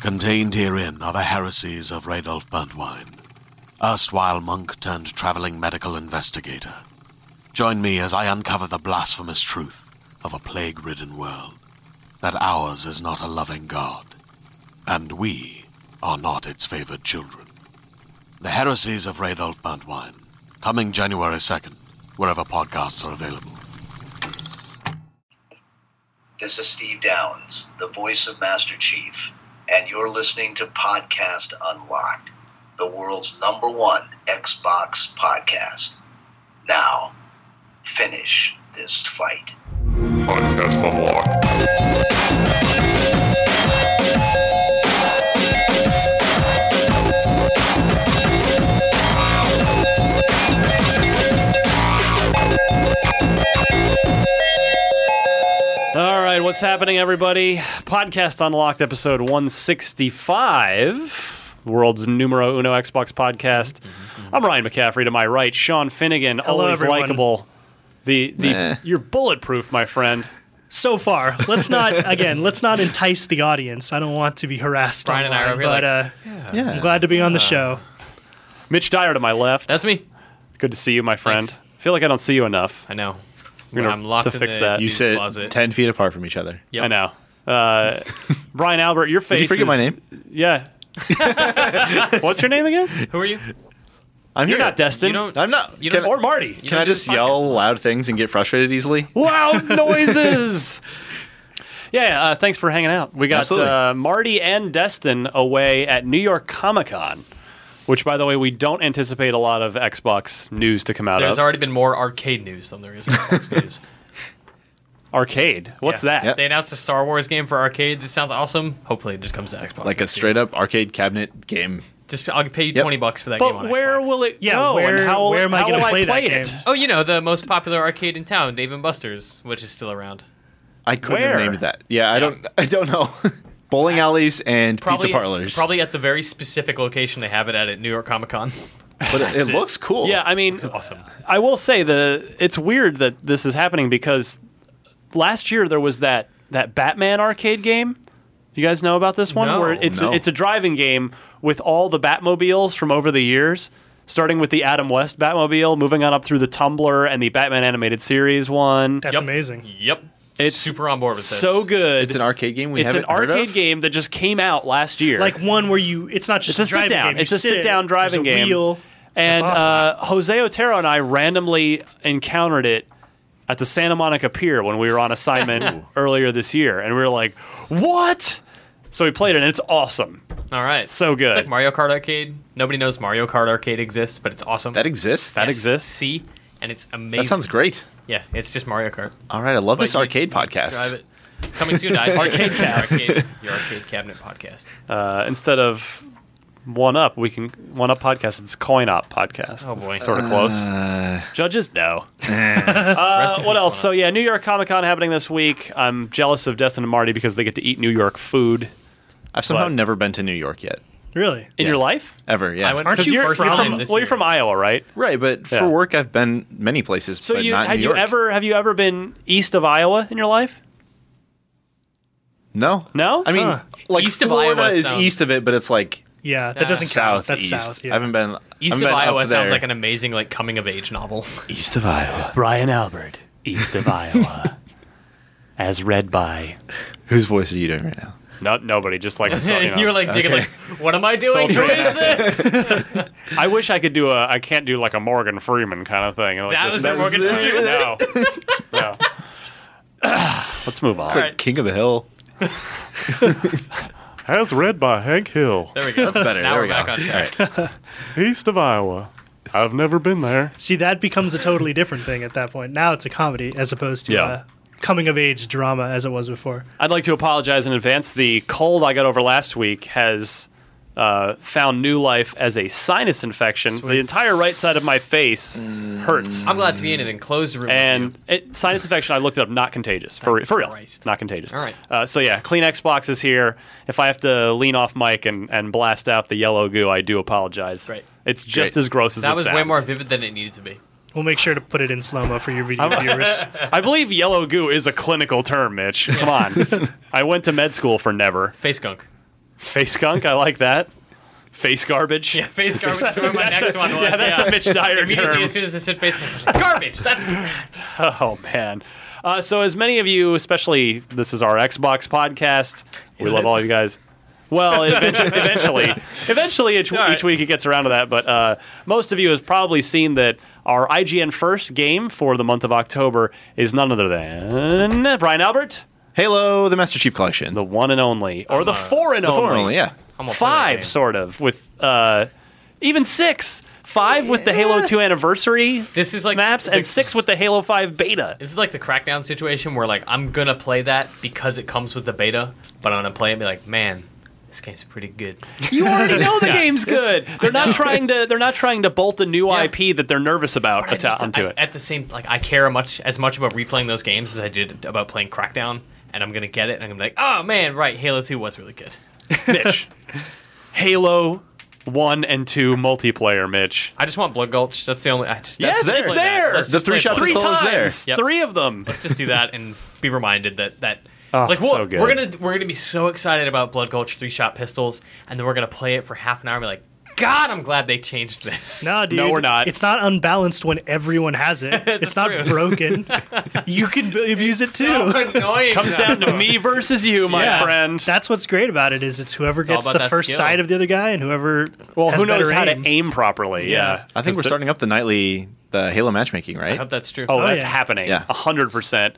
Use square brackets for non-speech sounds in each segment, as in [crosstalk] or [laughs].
Contained herein are the heresies of Radolf Burntwine, erstwhile monk turned traveling medical investigator. Join me as I uncover the blasphemous truth of a plague ridden world that ours is not a loving God, and we are not its favored children. The heresies of Radolf Burntwine, coming January 2nd, wherever podcasts are available. This is Steve Downs, the voice of Master Chief, and you're listening to Podcast Unlocked, the world's number one Xbox podcast. Now, finish this fight. Podcast Unlocked. All right, what's happening, everybody? Podcast Unlocked, episode 165, world's numero uno Xbox podcast. I'm Ryan McCaffrey. To my right, Sean Finnegan, Hello, always everyone. likable. The the Meh. you're bulletproof, my friend. so far. Let's not [laughs] again. Let's not entice the audience. I don't want to be harassed. Brian and I online, are like, but uh, Yeah. I'm glad to be on the show. Mitch Dyer to my left. That's me. good to see you, my friend. Thanks. Feel like I don't see you enough. I know. We're gonna I'm locked to in fix the that. You news sit closet. ten feet apart from each other. Yep. I know. [laughs] Uh, Brian Albert, your face. Did you is- forget my name? Yeah. [laughs] What's your name again? Who are you? I'm You're here. not Destin. You don't- I'm not. You can, don't- or Marty. You can don't I do just this podcast. yell loud things and get frustrated easily? loud noises. [laughs] yeah, uh, thanks for hanging out. We got Absolutely. uh, Marty and Destin away at New York Comic Con, which, by the way, we don't anticipate a lot of Xbox news to come out There's of. already been more arcade news than there is [laughs] Xbox news. Arcade. What's Yeah. that? Yep. They announced a Star Wars game for arcade. That sounds awesome. Hopefully, it just comes to Xbox. Like a next year. straight up arcade cabinet game. Just I'll pay you Yep. twenty bucks for that game. But on where Xbox. will it Yeah, go? where- and how, where am I how gonna will play that it? game? Oh, you know the most popular arcade in town, Dave and Buster's, which is still around. I couldn't Where? have named that. Yeah, I don't. [laughs] I don't know. Bowling alleys and Probably pizza parlors. Probably at the very specific location they have it at at New York Comic Con. [laughs] But it, it looks cool. Yeah, I mean, [laughs] awesome. I will say the it's weird that this is happening because last year there was that that Batman arcade game. You guys know about this one No. where it's No. it's a driving game with all the Batmobiles from over the years, starting with the Adam West Batmobile, moving on up through the Tumbler and the Batman animated series one. That's Yep. amazing. Yep. It's super on board with this. So good. it's an arcade game. We It's an haven't heard arcade of? game that just came out last year. Like one where you. It's not just It's a driving sit down. game. You It's a sit down driving there's a game. Wheel. And That's uh, Jose Otero and I randomly encountered it at the Santa Monica Pier when we were [laughs] on assignment earlier this year, and we were like, "What?" So we played it, and it's awesome. All right. So good. It's like Mario Kart Arcade. Nobody knows Mario Kart Arcade exists, but it's awesome. that exists. That exists. See, and it's amazing. That sounds great. Yeah, it's just Mario Kart. All right, I love this But you arcade Drive podcast. it. Coming soon, [laughs] I Arcade cast. Arcade, your arcade cabinet podcast. Uh, instead of one up, we can one up podcast. It's coin op podcast. Oh, boy. Eh. sort of close. Uh, [laughs] Judges, no. Rest [laughs] Uh, in what peace, else? Lana. So yeah, New York Comic Con happening this week. I'm jealous of Destin and Marty because they get to eat New York food. I've somehow But- never been to New York yet. Really. In your life? Ever, yeah. I went- 'Cause Aren't you you're, from- you're from this well, you're year. from Iowa, right? Right, but for Yeah. work, I've been many places. So but you not had New you York. ever have you ever been east of Iowa in your life? No, No? I mean, Huh. like East of Florida Iowa is sounds- east of it, but it's like Yeah. That Nah. doesn't count. south That's east. south. Yeah. I haven't been East I've of been up Iowa there. sounds like an amazing like coming of age novel. east of Iowa. Brian Albert, [laughs] east of Iowa, as read by Whose voice are you doing right now? Not nobody, [laughs] just like so, you know, you were like digging, okay. like, [laughs] what am I doing? Sultry Who is this? I wish I could do a. I can't do like a Morgan Freeman kind of thing. Like That this- was your Morgan this- Freeman? No, [laughs] no. Let's move on. All right. King of the Hill. As read by Hank Hill, There we go. [laughs] That's better. Now There we're we back go. on track. east of Iowa. I've never been there. See, that becomes a totally different thing at that point. Now it's a comedy as opposed to Yeah. uh, coming of age drama as it was before. I'd like to apologize in advance. The cold I got over last week has uh, found new life as a sinus infection. The entire right side of my face hurts. Mm. I'm glad to be in an enclosed room. with and you. it, sinus infection, I looked it up, not contagious. For, for real. Christ. Not contagious. All right. Uh, so, yeah, clean Xbox is here. If I have to lean off mic and, and blast out the yellow goo, I do apologize. Great. It's just Great. as gross as that it was sounds. way more vivid than it needed to be. We'll make sure to put it in slow mo for your video [laughs] viewers. I believe yellow goo is a clinical term, Mitch. [laughs] Come on. I went to med school for never. Face gunk. Face gunk, I like that. Face garbage. Yeah, [laughs] face garbage is where my That's a- next one was. Yeah, [laughs] that's a Mitch Dyer Immediately term. as soon as I said face gunk, I was like, garbage. That's [laughs] Oh man. Uh, so as many of you, especially this is our Xbox podcast. We love all you guys. Well, eventually, eventually, eventually each, All right. each week it gets around to that. But uh, most of you have probably seen that our IGN first game for the month of October is none other than Brian Albert, Halo, the Master Chief Collection. the one and only, or the four and the only, former one, yeah. I'm gonna play that five game. sort of with uh, even six. Five with the Halo 2 anniversary This is like maps, the- and six with the Halo 5 beta. This is like the crackdown situation where like I'm gonna play that because it comes with the beta, but I'm gonna play it and be like, man, this game's pretty good. You [laughs] already know the game's good. They're not trying to. They're not trying to bolt a new Yeah. IP that they're nervous about I atta- just- onto I- it. At the same, like I care much as much about replaying those games as I did about playing Crackdown, and I'm gonna get it, and I'm gonna be like, oh man, right, Halo Two was really good. Mitch, [laughs] Halo one and two multiplayer, Mitch. I just want Blood Gulch. That's the only. I just Yes, that's- it's play that. there! Let's The just three play shot Blood Three It's Gulch. always times, there. Yep. three of them. Let's just do that and be reminded that that. Oh, like so we'll, good. we're gonna we're gonna be so excited about Blood Gulch three shot pistols, and then we're gonna play it for half an hour and be like, God, I'm glad they changed this. No, dude. we're not. It's not unbalanced when everyone [laughs] has it. it's not true. [laughs] broken. you can b- abuse it too. So [laughs] annoying. Comes down to me versus you, my Yeah. friend. That's what's great about it is it's whoever gets about the that first skill. sight of the other guy and whoever Well, has who knows better how aim. to aim properly? Yeah, I think we're starting up the nightly the Halo matchmaking, I hope right? that's true. Oh, that's yeah. happening. Yeah. hundred percent.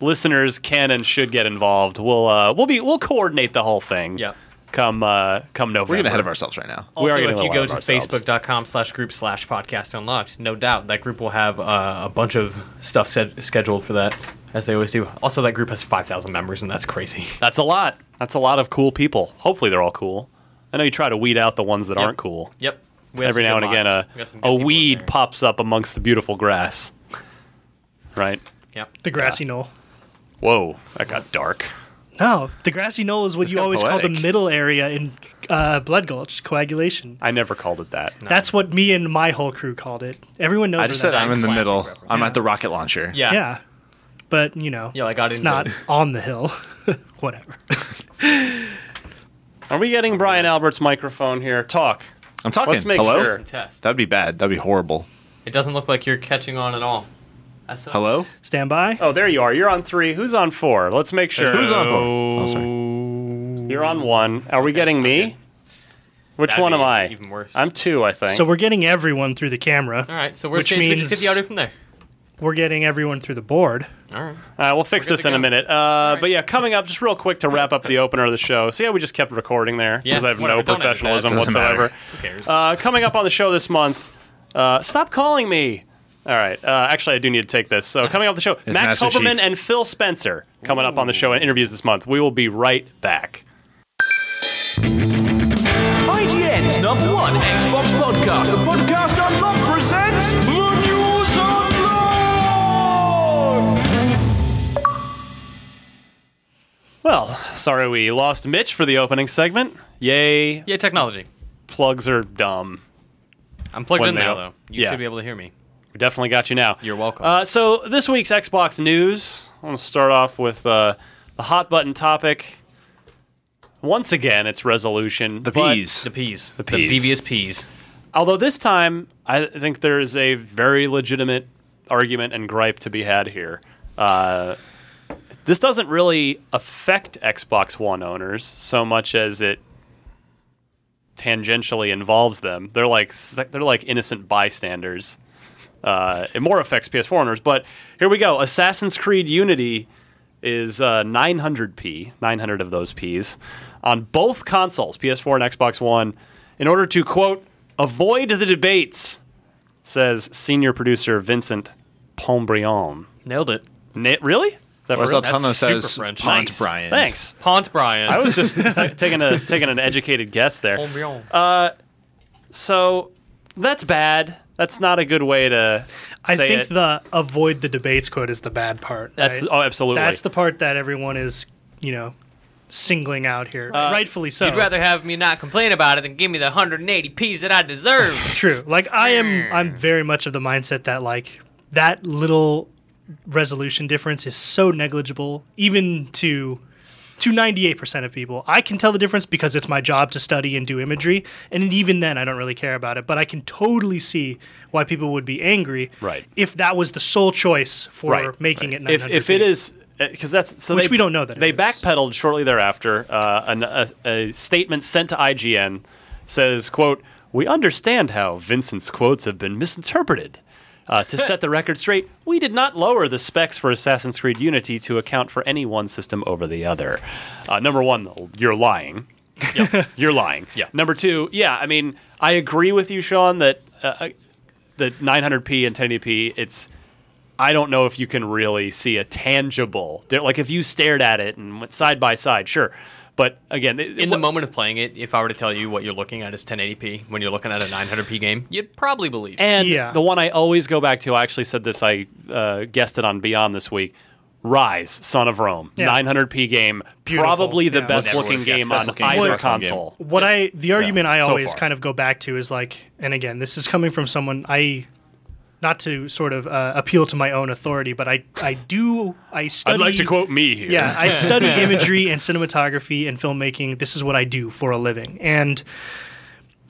Listeners can and should get involved. We'll uh, we'll be we'll coordinate the whole thing. Yeah. Come uh, come November. We're getting ahead of ourselves right now. we also, are getting if a you lot go of to ourselves. facebook.com slash group slash podcast unlocked, no doubt that group will have uh, a bunch of stuff set, scheduled for that, as they always do. Also, that group has 5,000 members, and that's crazy. That's a lot. That's a lot of cool people. Hopefully, they're all cool. I know you try to weed out the ones that aren't cool. Yep. We have Every some now and good again, mods. a, We got some good a people in weed there. pops up amongst the beautiful grass. Right? Yep. the grassy knoll. Whoa, that got dark. No, the grassy knoll is what you kinda always call the poetic. middle area in uh, Blood Gulch coagulation. I never called it that. That's what me and my whole crew called it. Everyone knows. I just what said that I'm in the is. Classic middle. reference. I'm at the rocket launcher. Yeah. Yeah, but you know, Yeah, [laughs] I got it's into not those. on the hill. [laughs] Whatever. Are we getting Brian Albert's microphone here? Talk. I'm talking. Let's make Hello? sure. Tests. That'd be bad. That'd be horrible. It doesn't look like you're catching on at all. That's so- Hello? Stand by. Oh, there you are. You're on three. Who's on four? Let's make sure. Who's on four? Oh, sorry. You're on one. Are we getting me? Which That'd one be am I? even worse. I'm two, I think. So we're getting everyone through the camera. All right, so we're Which just we just hit means- the audio from there. We're getting everyone through the board. All right. Uh, we'll fix We're good this to in a go. minute. Uh, But yeah, coming up, just real quick to wrap up the opener of the show. So yeah, we just kept recording there Yeah, because I have whatever, no don't edit that. professionalism Doesn't matter. whatsoever. Who cares? Uh, coming up on the show this month, uh, stop calling me. All right. Uh, actually, I do need to take this. So coming up the show, Max Master Hoberman Chief. and Phil Spencer coming up on the show and interviews this month. We will be right back. IGN's number one Xbox podcast, the podcast unlocked presents the news unlocked. Well, sorry we lost Mitch for the opening segment. Yay! Yeah, technology. Plugs are dumb. I'm plugged When in they now, though. don't- You yeah. should be able to hear me. We definitely got you now. You're welcome. Uh, so this week's Xbox news. I want to start off with uh, the hot button topic. Once again, it's resolution. The but- peas. The peas. The peas. devious peas. Although this time, I think there is a very legitimate argument and gripe to be had here. Uh, This doesn't really affect Xbox One owners so much as it tangentially involves them. They're like sec- they're like innocent bystanders. Uh, it more affects PS4 owners, but here we go. Assassin's Creed Unity is uh, 900p, 900 of those p's on both consoles, PS4 and Xbox One, in order to quote avoid the debates, says senior producer Vincent Pombrion. Nailed it. Na- really? Is that Or as right? Altano That's super says, French. Pont Nice. Bryant. Thanks. Ponce Bryan. I was just ta taking a taking an educated guess there. Uh, So that's bad. That's not a good way to. I say think it. the avoid the debates quote is the bad part. That's- right? oh, absolutely. That's the part that everyone is, you know, singling out here. Uh, Rightfully so. You'd rather have me not complain about it than give me the 180 P's that I deserve. [laughs] True. Like I am I'm Hmm. very much of the mindset that like that little resolution difference is so negligible even to to 98% of people. I can tell the difference because it's my job to study and do imagery and even then I don't really care about it, but I can totally see why people would be angry Right. if that was the sole choice for Right, making it 900 if if it is because that's so Which they- we don't know that it they is. backpedaled shortly thereafter. Uh, an, a, a statement sent to IGN says, "quote We understand how Vincent's quotes have been misinterpreted." Uh, [laughs] to set the record straight, we did not lower the specs for Assassin's Creed Unity to account for any one system over the other. Uh, number one, you're [laughs] lying. You're lying. Yeah. Number two, yeah, I mean, I agree with you, Sean, that uh, that 900p and 1080p, it's I don't know if you can really see a tangible. there- Like if you stared at it and went side by side, sure. But again, it- In the what- moment of playing it, if I were to tell you what you're looking at is 1080p when you're looking at a 900p game, you'd probably believe. and Yeah. the one I always go back to, I actually said this, I uh, guessed it on Beyond this week. Rise, Son of Rome, Yeah. 900p game, Beautiful. probably the Yeah. best Never looking would've guessed. game Best on looking either Xbox One game. console. what I the argument I so always far. kind of go back to is like, and again, this is coming from someone I, not to sort of uh, appeal to my own authority, but I I do I study. I'd like to quote me here. Yeah, [laughs] I study imagery and cinematography and filmmaking. This is what I do for a living, and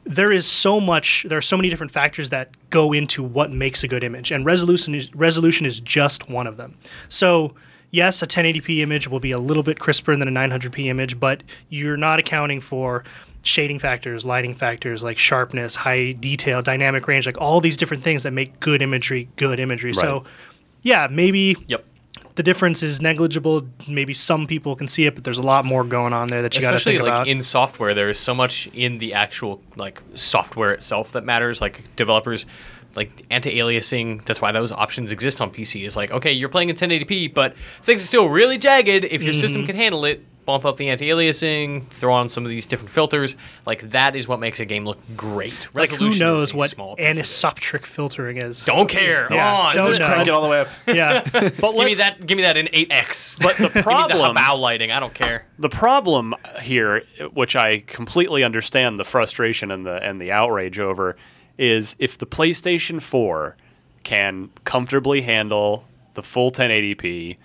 there is so much. There are so many different factors that go into what makes a good image, and resolution is, resolution is just one of them. So. Yes, a 1080p image will be a little bit crisper than a 900p image, but you're not accounting for shading factors, lighting factors like sharpness, high detail, dynamic range, like all these different things that make good imagery good imagery. So, yeah, maybe Yep. the difference is negligible. Maybe some people can see it, but there's a lot more going on there that you got to Especially think like about. in software, there is so much in the actual like software itself that matters. Like developers, like anti-aliasing. That's why those options exist on PC. Is like okay, you're playing in 1080p, but things are still really jagged. If your system can handle it, bump up the anti-aliasing, throw on some of these different filters. Like that is what makes a game look great. like Resolution who is knows a what small piece of it. anisotropic filtering is? Don't care. Come Yeah, on. don't Just know. crank Get all [laughs] the way up. [laughs] Yeah, But Give me let's- that. Give me that in eight X. But [laughs] the Give me problem the Habao lighting. I don't care. the problem here, which I completely understand the frustration and the and the outrage over, is if the PlayStation 4 can comfortably handle the full 1080p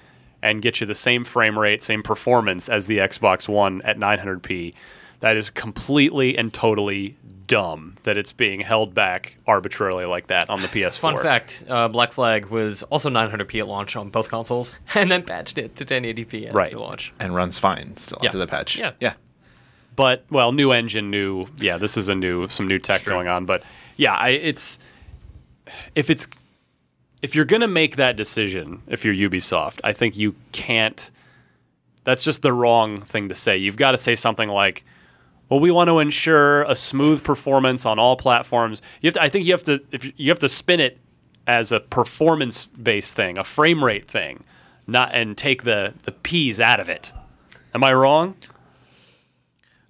and get you the same frame rate, same performance as the Xbox One at 900p, that is completely and totally dumb that it's being held back arbitrarily like that on the PS4. Fun fact: uh, Black Flag was also 900p at launch on both consoles, [laughs] and then patched it to 1080p after Right. launch. And runs fine still Yeah. after the patch. Yeah. Yeah. but well, new engine, new yeah. This is a new some new tech going on, but yeah, I, it's if it's if you're gonna make that decision, if you're Ubisoft, I think you can't. That's just the wrong thing to say. You've got to say something like, "Well, we want to ensure a smooth performance on all platforms." You have to. I think you have to. If you- you have to spin it as a performance-based thing, a frame rate thing, not and take the the p's out of it. Am I wrong?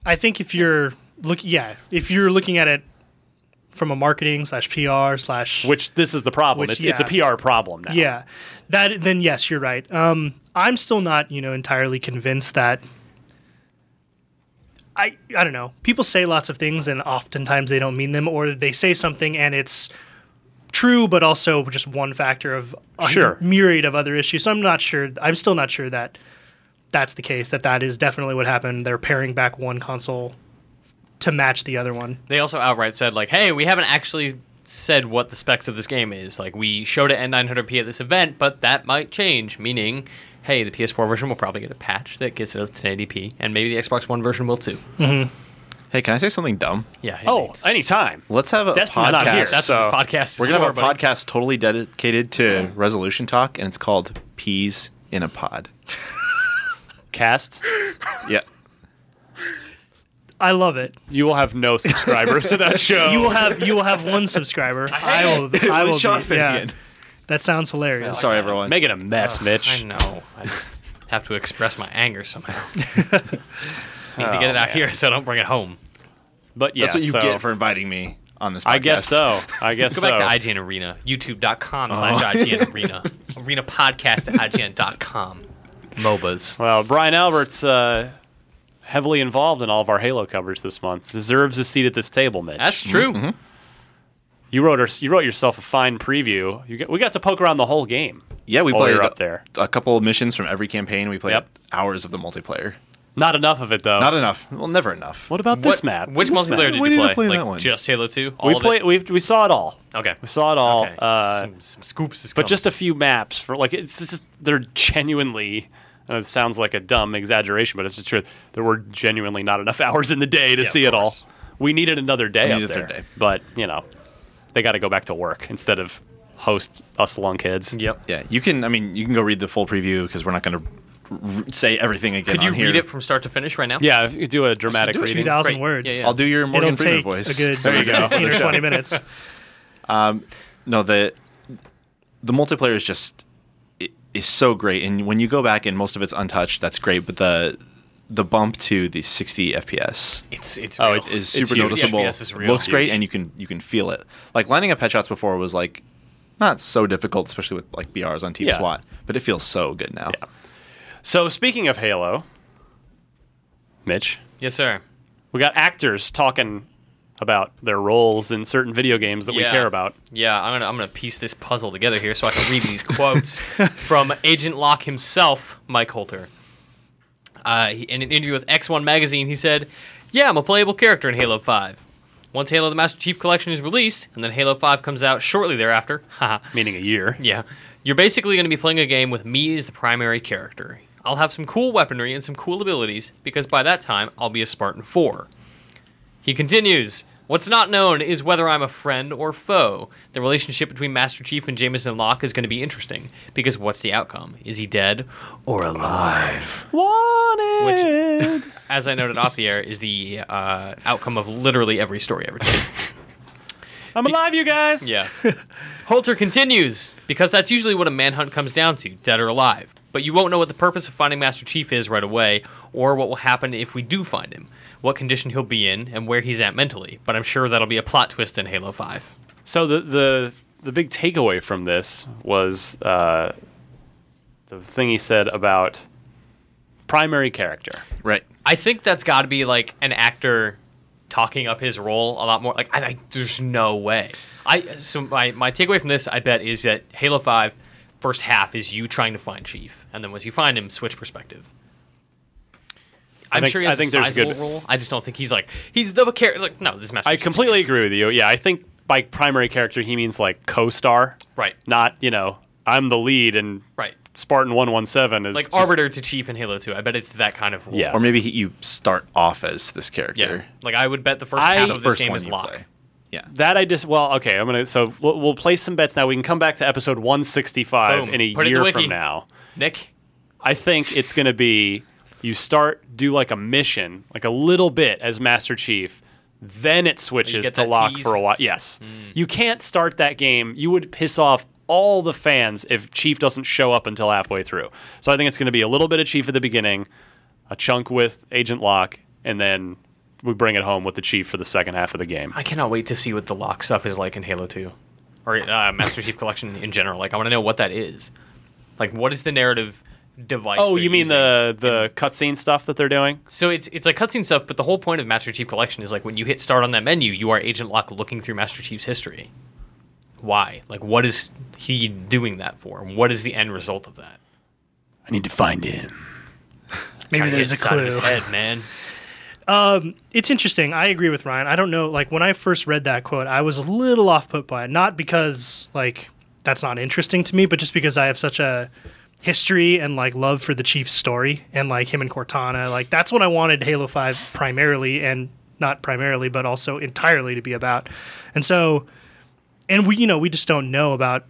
I think if you're look, yeah, if you're looking at it from a marketing slash PR slash which this is the problem. Which, it's, it's a yeah. PR problem now. Yeah, that then yes, you're right. Um, I'm still not you know entirely convinced that. I I don't know. People say lots of things, and oftentimes they don't mean them, or they say something and it's true, but also just one factor of a Sure. myriad of other issues. So I'm not sure. I'm still not sure that that's the case. That that is definitely what happened. They're pairing back one console to match the other one. They also outright said like, "Hey, we haven't actually said what the specs of this game is. Like, we showed it at 900p at this event, but that might change." Meaning, hey, the PS4 version will probably get a patch that gets it up to 1080p, and maybe the Xbox One version will too. Mm-hmm. Hey, can I say something dumb? Yeah. hey, Oh, anytime. Let's have a Destiny's podcast. not here. That's so- what this podcast is We're gonna have for, a buddy. podcast totally dedicated to resolution talk, and it's called "Peas in a Pod." Cast. [laughs] Yeah. I love it. You will have no subscribers to [laughs] that show. You will have you will have one subscriber. I Oh, will. [laughs] I will. Sean be, yeah. Finnegan. That sounds hilarious. Sorry, everyone. Make it a mess, Mitch. I know. I just [laughs] have to express my anger [laughs] somehow. Need to get it out here so I don't bring it home. But yeah, That's what you so- get for inviting me on this. podcast. I guess so. [laughs] I guess Go so. Uh-huh. back to IGN Arena, youtube.com slash [laughs] IGN Arena, arena podcast at IGN.com. MOBAs. Well, Brian Albert's uh, heavily involved in all of our Halo covers this month. Deserves a seat at this table, Mitch. That's true. you wrote our, you wrote yourself a fine preview. You get, we got to poke around the whole game. Yeah, we while played were a- up there. a couple of missions from every campaign. We played Yep. hours of the multiplayer. Not enough of it though. Not enough. Well, never enough. what about this map? Which This map. multiplayer did We you need to play? play like that one. just Halo 2? All We of play. it? We we saw it all. Okay. we saw it all. Okay. Uh, some, some scoops is but coming. just a few maps for like it's just they're genuinely. and It sounds like a dumb exaggeration, but it's the truth. There were genuinely not enough [laughs] hours in the day to Yeah, see of it all. course. We needed another day We up needed a there, third day. but you know, they got to go back to work instead of host us lunkheads. Yep. Yeah, you can. I mean, you can go read the full preview because we're not going to r- say everything again. Could you on here. read it from start to finish right now? Yeah, if you do a dramatic do it. reading. Two thousand Great. words. Yeah, yeah. I'll do your Morgan It'll Freeman take voice. a good there you go. 15 or 20 minutes. No, the the multiplayer is just i- is so great, and when you go back and most of it's untouched, that's great. But the the bump to the 60 FPS It's, it's Oh, real. it's- is it's super huge. noticeable. The FPS is real. Looks great, Huge. and you can you can feel it. Like lining up headshots before was like not so difficult, especially with like BRs on Team Yeah. SWAT, but it feels so good now. Yeah. So speaking of Halo, Mitch, Yes, sir. we got actors talking about their roles in certain video games that we Yeah. care about. Yeah, I'm gonna I'm gonna piece this puzzle together here so I can read these quotes from Agent Locke himself, Mike Holter. Uh, he- in an interview with X1 magazine, he said, "Yeah, I'm a playable character in Halo 5. Once Halo: The Master Chief Collection is released, and then Halo 5 comes out shortly thereafter, [laughs] haha, Meaning a year. yeah, you're basically going to be playing a game with me as the primary character. I'll have some cool weaponry and some cool abilities because by that time I'll be a Spartan 4. He continues. What's not known is whether I'm a friend or foe. The relationship between Master Chief and Jameson Locke is going to be interesting because what's the outcome? Is he dead or alive? Wanted. Which, [laughs] as I noted off the air, is the uh, outcome of literally every story ever told. I'm alive, you guys. Yeah. [laughs] Holter continues because that's usually what a manhunt comes down to, dead or alive. But you won't know what the purpose of finding Master Chief is right away, or what will happen if we do find him, what condition he'll be in, and where he's at mentally. But I'm sure that'll be a plot twist in Halo 5. So the the the big takeaway from this was uh, the thing he said about primary character. Right. I think that's got to be like an actor talking up his role a lot more. Like, I, I there's no way. I so my my takeaway from this, I bet, is that Halo Five first half is you trying to find Chief, and then once you find him, switch perspective. I I'm think- sure he I has think a there's a sizable good- role. I just don't think he's like he's the character. Like, no, this master. I Chief's- completely agree with you. Yeah, I think by primary character he means like co-star, Right. Not you know I'm the lead and Right. Spartan one one seven is like just- arbiter to Chief in Halo Two. I bet it's that kind of role. Yeah. Or maybe he, you start off as this yeah. character. Like I would bet the first I- half The of this first game one is you Locke. play. Yeah. That I just well okay I'm gonna so we'll, we'll place some bets now we can come back to episode 165 Boom. in a Put it in the year wiki. from now Nick. I think it's gonna be you start do like a mission like a little bit as Master Chief then it switches get to that lock tease? for a while yes you can't start that game you would piss off all the fans if Chief doesn't show up until halfway through so I think it's gonna be a little bit of Chief at the beginning a chunk with Agent Locke and then we bring it home with the Chief for the second half of the game I cannot wait to see what the lock stuff is like in Halo 2 or uh, Master Chief Collection in general. Like, I want to know what that is. Like, what is the narrative device? Oh, they're you mean using? the the cutscene stuff that they're doing? So it's it's like cutscene stuff, but the whole point of Master Chief Collection is like when you hit start on that menu, you are Agent Locke looking through Master Chief's history. Why? Like, what is he doing that for? And what is the end result of that? I need to find him. Maybe Trying to hit there's a the side of clue. his head, man. it's interesting. I agree with Ryan. I don't know. Like when I first read that quote, I was a little off put by it. Not because like that's not interesting to me, but just because I have such a history and like love for the Chief's story and like him and Cortana. Like that's what I wanted Halo 5 primarily and not primarily, but also entirely to be about. And so, and we, you know, we just don't know about,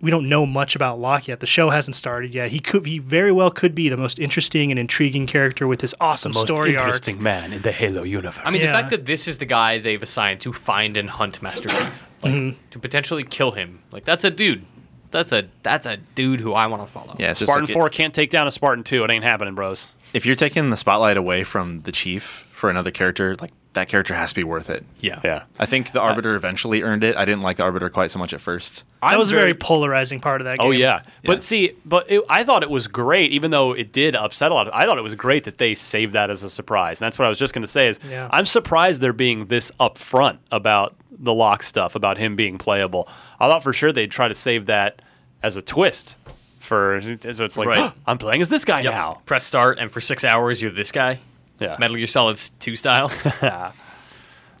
we don't know much about Locke yet. The show hasn't started yet. He could, he very well could be the most interesting and intriguing character with this awesome story arc. man in the Halo universe. I mean, Yeah. the fact that this is the guy they've assigned to find and hunt Master Chief, like to potentially kill him, like that's a dude. That's a that's a dude who I want to follow. Yeah, it's just Spartan like it- 4 can't take down a Spartan 2. It ain't happening, bros. if you're taking the spotlight away from the chief for another character, like that character has to be worth it. yeah, Uh, Yeah. I think the arbiter eventually earned it. I didn't like the arbiter quite so much at first. That I'm was a very polarizing part of that game. Oh yeah. Yeah. but see, but it, I thought it was great, even though it did upset a lot. I thought it was great that they saved that as a surprise, and that's what I was just going to say. Is Yeah. I'm surprised they're being this upfront about the lock stuff, about him being playable. I thought for sure they'd try to save that as a twist. For so it's like Right. [gasps] I'm playing as this guy Yep. now. Press start, and for six hours you're this guy. Yeah. Metal Gear Solid Two style. [laughs]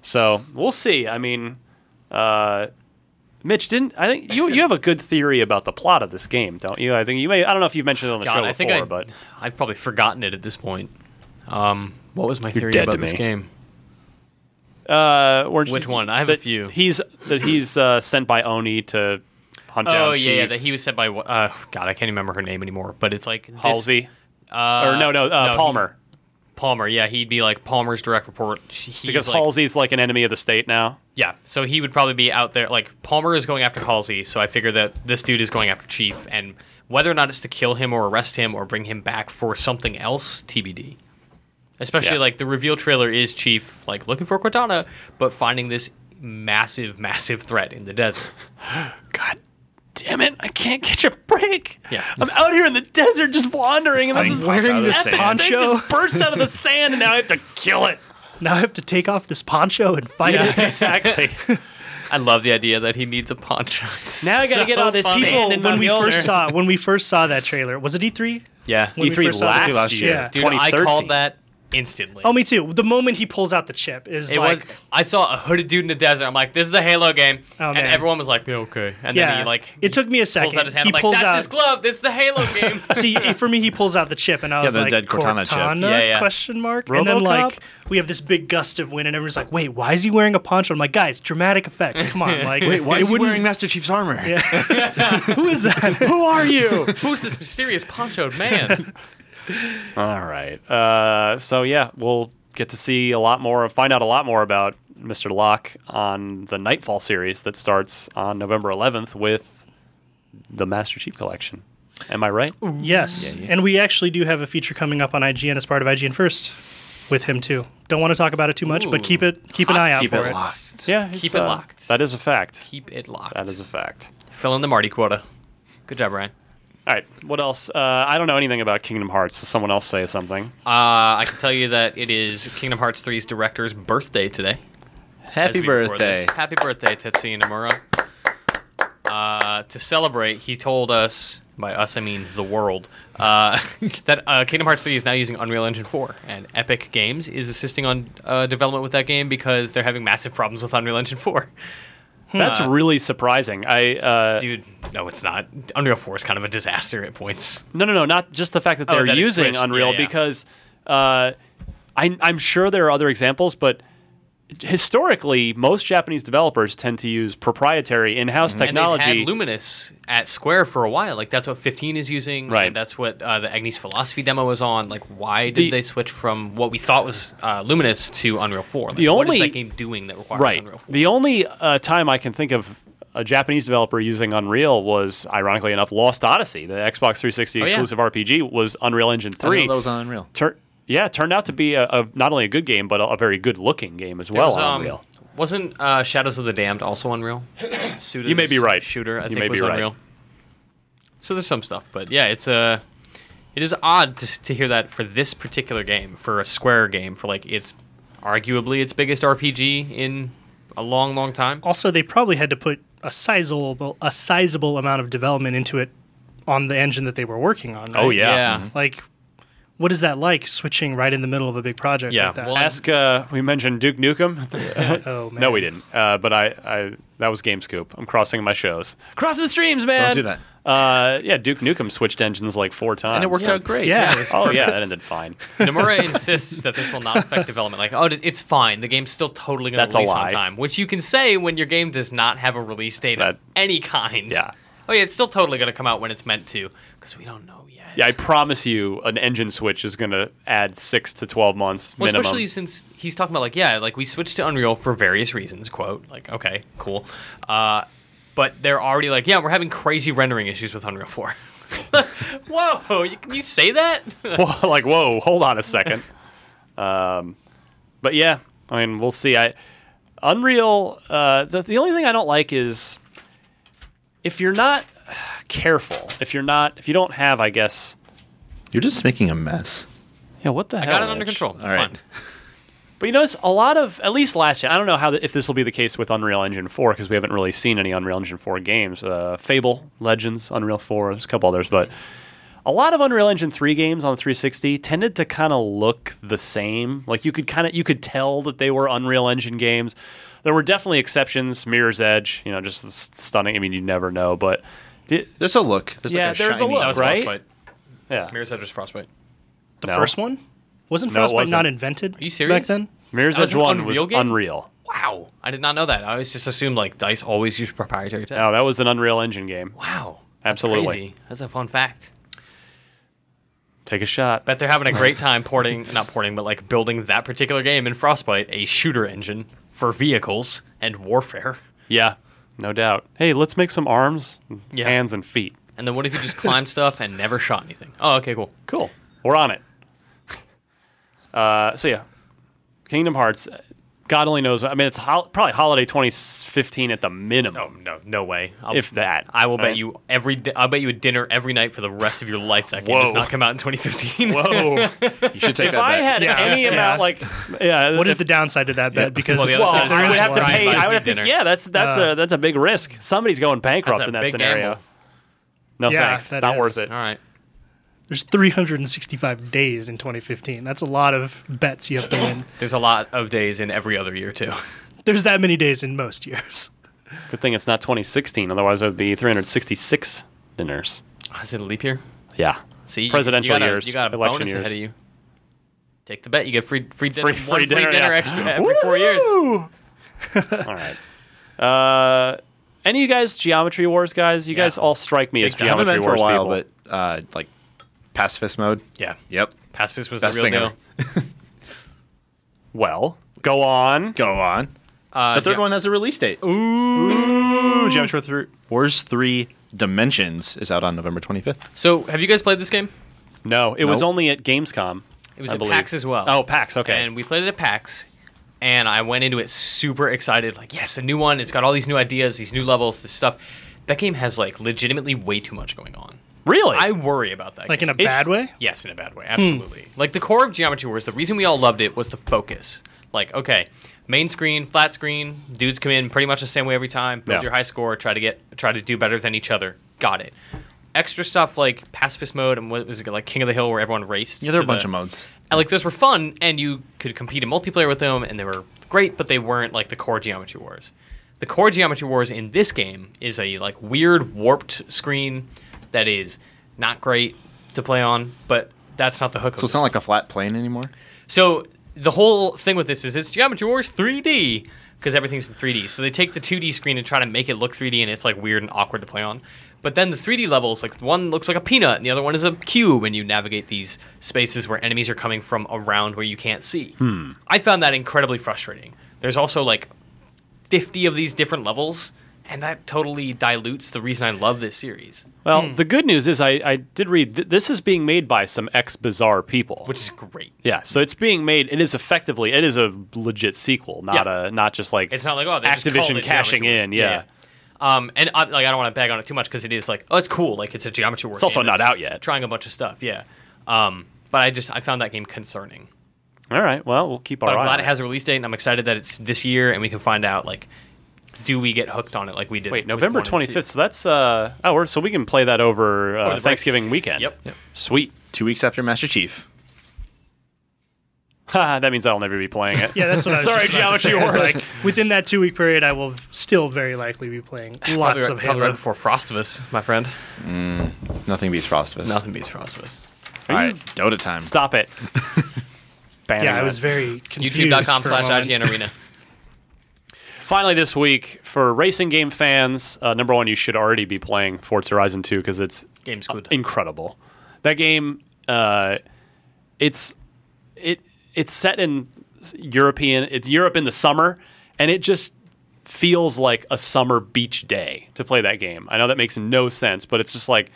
So we'll see. I mean, uh, Mitch didn't. I think you you have a good theory about the plot of this game, don't you? I think you may. I don't know if you've mentioned it on the God, show I think before, I, but I've probably forgotten it at this point. Um, what was my theory dead about to this me. game? Uh, weren't you- Which one? I have that a few. He's that he's uh, sent by Oni to hunt down. Oh yeah, yeah, Chief that he was sent by uh, God, I can't remember her name anymore. But it's like this- Halsey uh, or no no, uh, he- Palmer Palmer, yeah, he'd be like Palmer's direct report. She- he's because like, Halsey's like an enemy of the state now. yeah, so he would probably be out there. Like Palmer is going after Halsey, so I figure that this dude is going after Chief, and whether or not it's to kill him or arrest him or bring him back for something else, TBD. Especially Yeah. like the reveal trailer is Chief like looking for Cortana, but finding this massive, massive threat in the desert. God damn it! I can't catch a break. Yeah. I'm out here in the desert just wandering, and this Thing pops out of wearing the this sand. poncho. thing just burst out of the sand, and now I have to kill it. [laughs] Now I have to take off this poncho and fight it. exactly. I love the idea that he needs a poncho. [laughs] It's Now I gotta so get all this funny. sand People, and when my we Mjolnir. first saw when we first saw that trailer, was it E3? Yeah, E When we E3 first saw the- E last year, Yeah. dude, I 2013. called that instantly. Oh, me too. The moment he pulls out the chip is It like, was. I saw a hooded dude in the desert. I'm like, this is a Halo game, Oh, and man. everyone was like, yeah, okay. And yeah. then he like it took me a second. pulls out his hand. he I'm like, pulls that's out. his [laughs] glove. It's the Halo game. See, for me, he pulls out the chip, and I was the like, dead Cortana chip. Cortana? Yeah, yeah. Question mark. And then RoboCop? like we have this big gust of wind, and everyone's like, wait, why is he wearing a poncho? I'm like, guys, dramatic effect. Come [laughs] on, like, wait, Why is he wearing Master Chief's armor? Who [laughs] is that? Who are you? Who's this mysterious ponchoed man? [laughs] All right. Uh, so yeah, we'll get to see a lot more, find out a lot more about Mr. Locke on the Nightfall series that starts on November 11th with the Master Chief Collection. Am I right? yes, and we actually do have a feature coming up on IGN as part of IGN First with him too. Don't want to talk about it too much, but Ooh. keep it keep an eye out Keep for it locked. Yeah. uh, Keep it locked. That is a fact. Keep it locked. That is a fact. fill in the Marty quota. Good job, Ryan. All right. What else? Uh, I don't know anything about Kingdom Hearts. So someone else say something. Uh, I can tell you that it is Kingdom Hearts 3's director's birthday today. as Happy we record birthday. this. Happy birthday, Tetsuya Nomura. Uh, to celebrate, he told us, by us I mean the world, uh, [laughs] that uh, Kingdom Hearts 3 is now using Unreal Engine 4, and Epic Games is assisting on uh, development with that game because they're having massive problems with Unreal Engine 4. Hmm. That's really surprising. I [laughs] uh, Dude, no, it's not. Unreal 4 is kind of a disaster at points. No, no, no. Not just the fact that Oh, they're that it using switched. Unreal Yeah, yeah. because uh, I, I'm sure there are other examples, but historically, most Japanese developers tend to use proprietary in-house Mm-hmm. And technology. they've had Luminous at Square for a while. Like that's what 15 is using. Right. And that's what uh, the Agnes Philosophy demo was on. Like, why did The- they switch from what we thought was uh, Luminous to Unreal 4? Like, The what is only- that game doing that requires right. Unreal 4? The only uh, time I can think of a Japanese developer using Unreal was, ironically enough, Lost Odyssey, the Xbox 360 Oh, yeah. exclusive RPG, was Unreal Engine I three. know that was on Unreal. Tur- yeah, it turned out to be a, a not only a good game but a, a very good-looking game as well. was, on um, Unreal. Wasn't uh, Shadows of the Damned also [coughs] Unreal? Suda's You may be right. Shooter, I You think may was be right. Unreal. So there's some stuff, but yeah, it's Uh, it is odd to, s- to hear that for this particular game, for a Square game, for like it's arguably its biggest RPG in a long, long time. also they probably had to put a sizable a sizable amount of development into it on the engine that they were working on. right? Oh yeah. Like what is that like switching right in the middle of a big project Yeah, like that? well, Ask. Uh, we mentioned Duke Nukem. oh man. No, we didn't. Uh, but I, I that was Game Scoop. I'm crossing my shows. Crossing the streams, man. do that. Uh, yeah, Duke Nukem switched engines like four times, and it worked so- out great. Yeah. Oh yeah, that ended fine. Nomura insists that this will not [laughs] affect development. Like, oh, it's fine. The game's still totally going That's to a release on lie. time, which you can say when your game does not have a release date That- of any kind. Yeah. Oh yeah, it's still totally going to come out when it's meant to, because we don't know yet. Yeah, I promise you, an engine switch is gonna add six to twelve months Well, minimum. especially since he's talking about like, yeah, like we switched to Unreal for various reasons. Quote, like, okay, cool, uh, but they're already like, yeah, we're having crazy rendering issues with Unreal Four. [laughs] Whoa, you, can you say that? [laughs] Well, [laughs] like, whoa, hold on a second. [laughs] Um, but yeah, I mean, we'll see. I Unreal. Uh, the, the only thing I don't like is if you're not [sighs] careful, if you're not, if you don't have, I guess. You're just making a mess. Yeah, what the I hell? got it under Mitch? control. It's All right. Oh, fine. But you notice a lot of, at least last year, I don't know how the, if this will be the case with Unreal Engine 4 because we haven't really seen any Unreal Engine 4 games. Uh, Fable, Legends, Unreal 4, there's a couple others, but a lot of Unreal Engine 3 games on 360 tended to kind of look the same. Like you could kind of you could tell that they were Unreal Engine games. There were definitely exceptions, Mirror's Edge, you know, just s- stunning. I mean, you never know, but the- There's a look. There's Yeah, like a there's a shiny look, That was right? Frostbite. yeah. Mirror's Edge was Frostbite. The No. first one wasn't No, it Frostbite not wasn't. invented. Are you serious? Back then, Mirror's That was Edge an 1 was Unreal game? Unreal. Wow, I did not know that. I always just assumed like Dice always use proprietary tech. No, Oh, that was an Unreal Engine game. Wow, Absolutely. crazy. That's a fun fact. Take a shot. Bet they're having a great time porting, [laughs] not porting, but like building that particular game in Frostbite, a shooter engine for vehicles and warfare. Yeah, no doubt. Hey, let's make some arms, Yeah. hands, and feet. And then what if you just climbed stuff and never shot anything? Oh, okay, cool. Cool. We're on it. [laughs] Uh, so yeah, Kingdom Hearts. God only knows. I mean, it's hol- probably holiday 2015 at the No, minimum. no, no way. I'll, If that. I will bet Right. you every. Di- I'll bet you a dinner every night for the rest of your life. That game Whoa. does not come out in 2015. Whoa! You [laughs] should take if that I back. had Yeah. any Yeah. amount, like, [laughs] yeah, what is if- the downside to that bet? Because Well, the other Well, side is I would risk have to Brian pay. buys I me would have to. dinner. Yeah, that's that's Uh, a that's a big risk. Somebody's going bankrupt That's a in that big scenario. gamble. No Yeah, thanks. that Not is. worth it. [laughs] All right. there's 365 days in 2015. That's a lot of bets you have to win. There's a lot of days in every other year too. There's that many days in most years. [laughs] Good thing it's not 2016. Otherwise, it would be 366 dinners. Ah, Is it a leap year? Yeah. See, you- Presidential you got a- years, You got a election bonus years. ahead of you. Take the bet. You get free free dinner. Free- Free, free free dinner, yeah. [laughs] dinner, extra every four years. [laughs] Woo! All right. Uh, any of you guys Geometry Wars guys? You Yeah. guys all strike me as I haven't Geometry been for Wars a while, people. but uh, like pacifist mode. Yeah. Yep. Pacifist was Best the real thing deal. ever. Well, go on. Go on. Uh, The third yeah. one has a release date. Ooh. Geometry Thru- Wars 3 Dimensions is out on November 25th. So, have you guys played this game? No, it was Nope. only at Gamescom. It was I at believe. PAX as well. Oh, PAX. Okay. And we played it at PAX, and I went into it super excited, like, yes, a new one. It's got all these new ideas, these new levels, this stuff. That game has like legitimately way too much going on. really? I worry about that. Like game. in a bad way? Yes, in a bad way. Absolutely. Hmm. Like the core of Geometry Wars, the reason we all loved it was the focus. Like, okay, main screen, flat screen, dudes come in pretty much the same way every time. Build Yeah. your high score, try to get, try to do better than each other. Got it. Extra stuff like pacifist mode and what was it like King of the Hill where everyone raced. Yeah, there are a to bunch the- of modes. and like those were fun, and you could compete in multiplayer with them, and they were great, but they weren't like the core Geometry Wars. The core Geometry Wars in this game is a like weird warped screen that is not great to play on, but that's not the hook. So of it's this. not like a flat plane anymore. so the whole thing with this is it's Geometry Wars 3D because everything's in 3D. So they take the 2D screen and try to make it look 3D, and it's like weird and awkward to play on. But then the 3D levels, like one looks like a peanut, and the other one is a cube, and you navigate these spaces where enemies are coming from around where you can't see. Hmm. I found that incredibly frustrating. There's also like 50 of these different levels, and that totally dilutes the reason I love this series, well, the good news is I, I did read th- this is being made by some ex bizarre people. which is great. yeah, so it's being made. It is effectively it is a legit sequel, not Yeah. a not just like It's not like oh, they just called Activision it cashing Geometry in. Wars. Yeah, Um, and I, like I don't want to bag on it too much because it is like oh, it's cool. Like it's a geometry wars. It's also game not that's out yet. Trying a bunch of stuff. Yeah. Um, but I just I found that game concerning. All right. Well, we'll keep our eye. But I'm on glad it has a release date, and I'm excited that it's this year, and we can find out like, do we get hooked on it like we did? Wait, with November one and two. 25th. So that's uh oh, we're, so we can play that over uh, Over the break. Thanksgiving weekend. Yep. Yep. Sweet. Two weeks after Master Chief. "Ha, [laughs] that means I'll never be playing [laughs] it. [laughs] Yeah, that's what I was Sorry, just about to say. Geometry It's Wars. Like within that two week period, I will still very likely be playing lots [laughs] probably, of right- probably right Halo. before Frostivus, my friend. Nothing beats Frostivus. Nothing beats Frostivus. All right, Dota time. Stop it. Banning Yeah, I that. was very confused. YouTube.com for a slash moment. IGN Arena. [laughs] Finally, this week for racing game fans, uh, number one, you should already be playing Forza Horizon 2 because it's Game's good. incredible. That game, uh, it's it it's set in s- European. It's Europe in the summer, and it just feels like a summer beach day to play that game. I know that makes no sense, but it's just like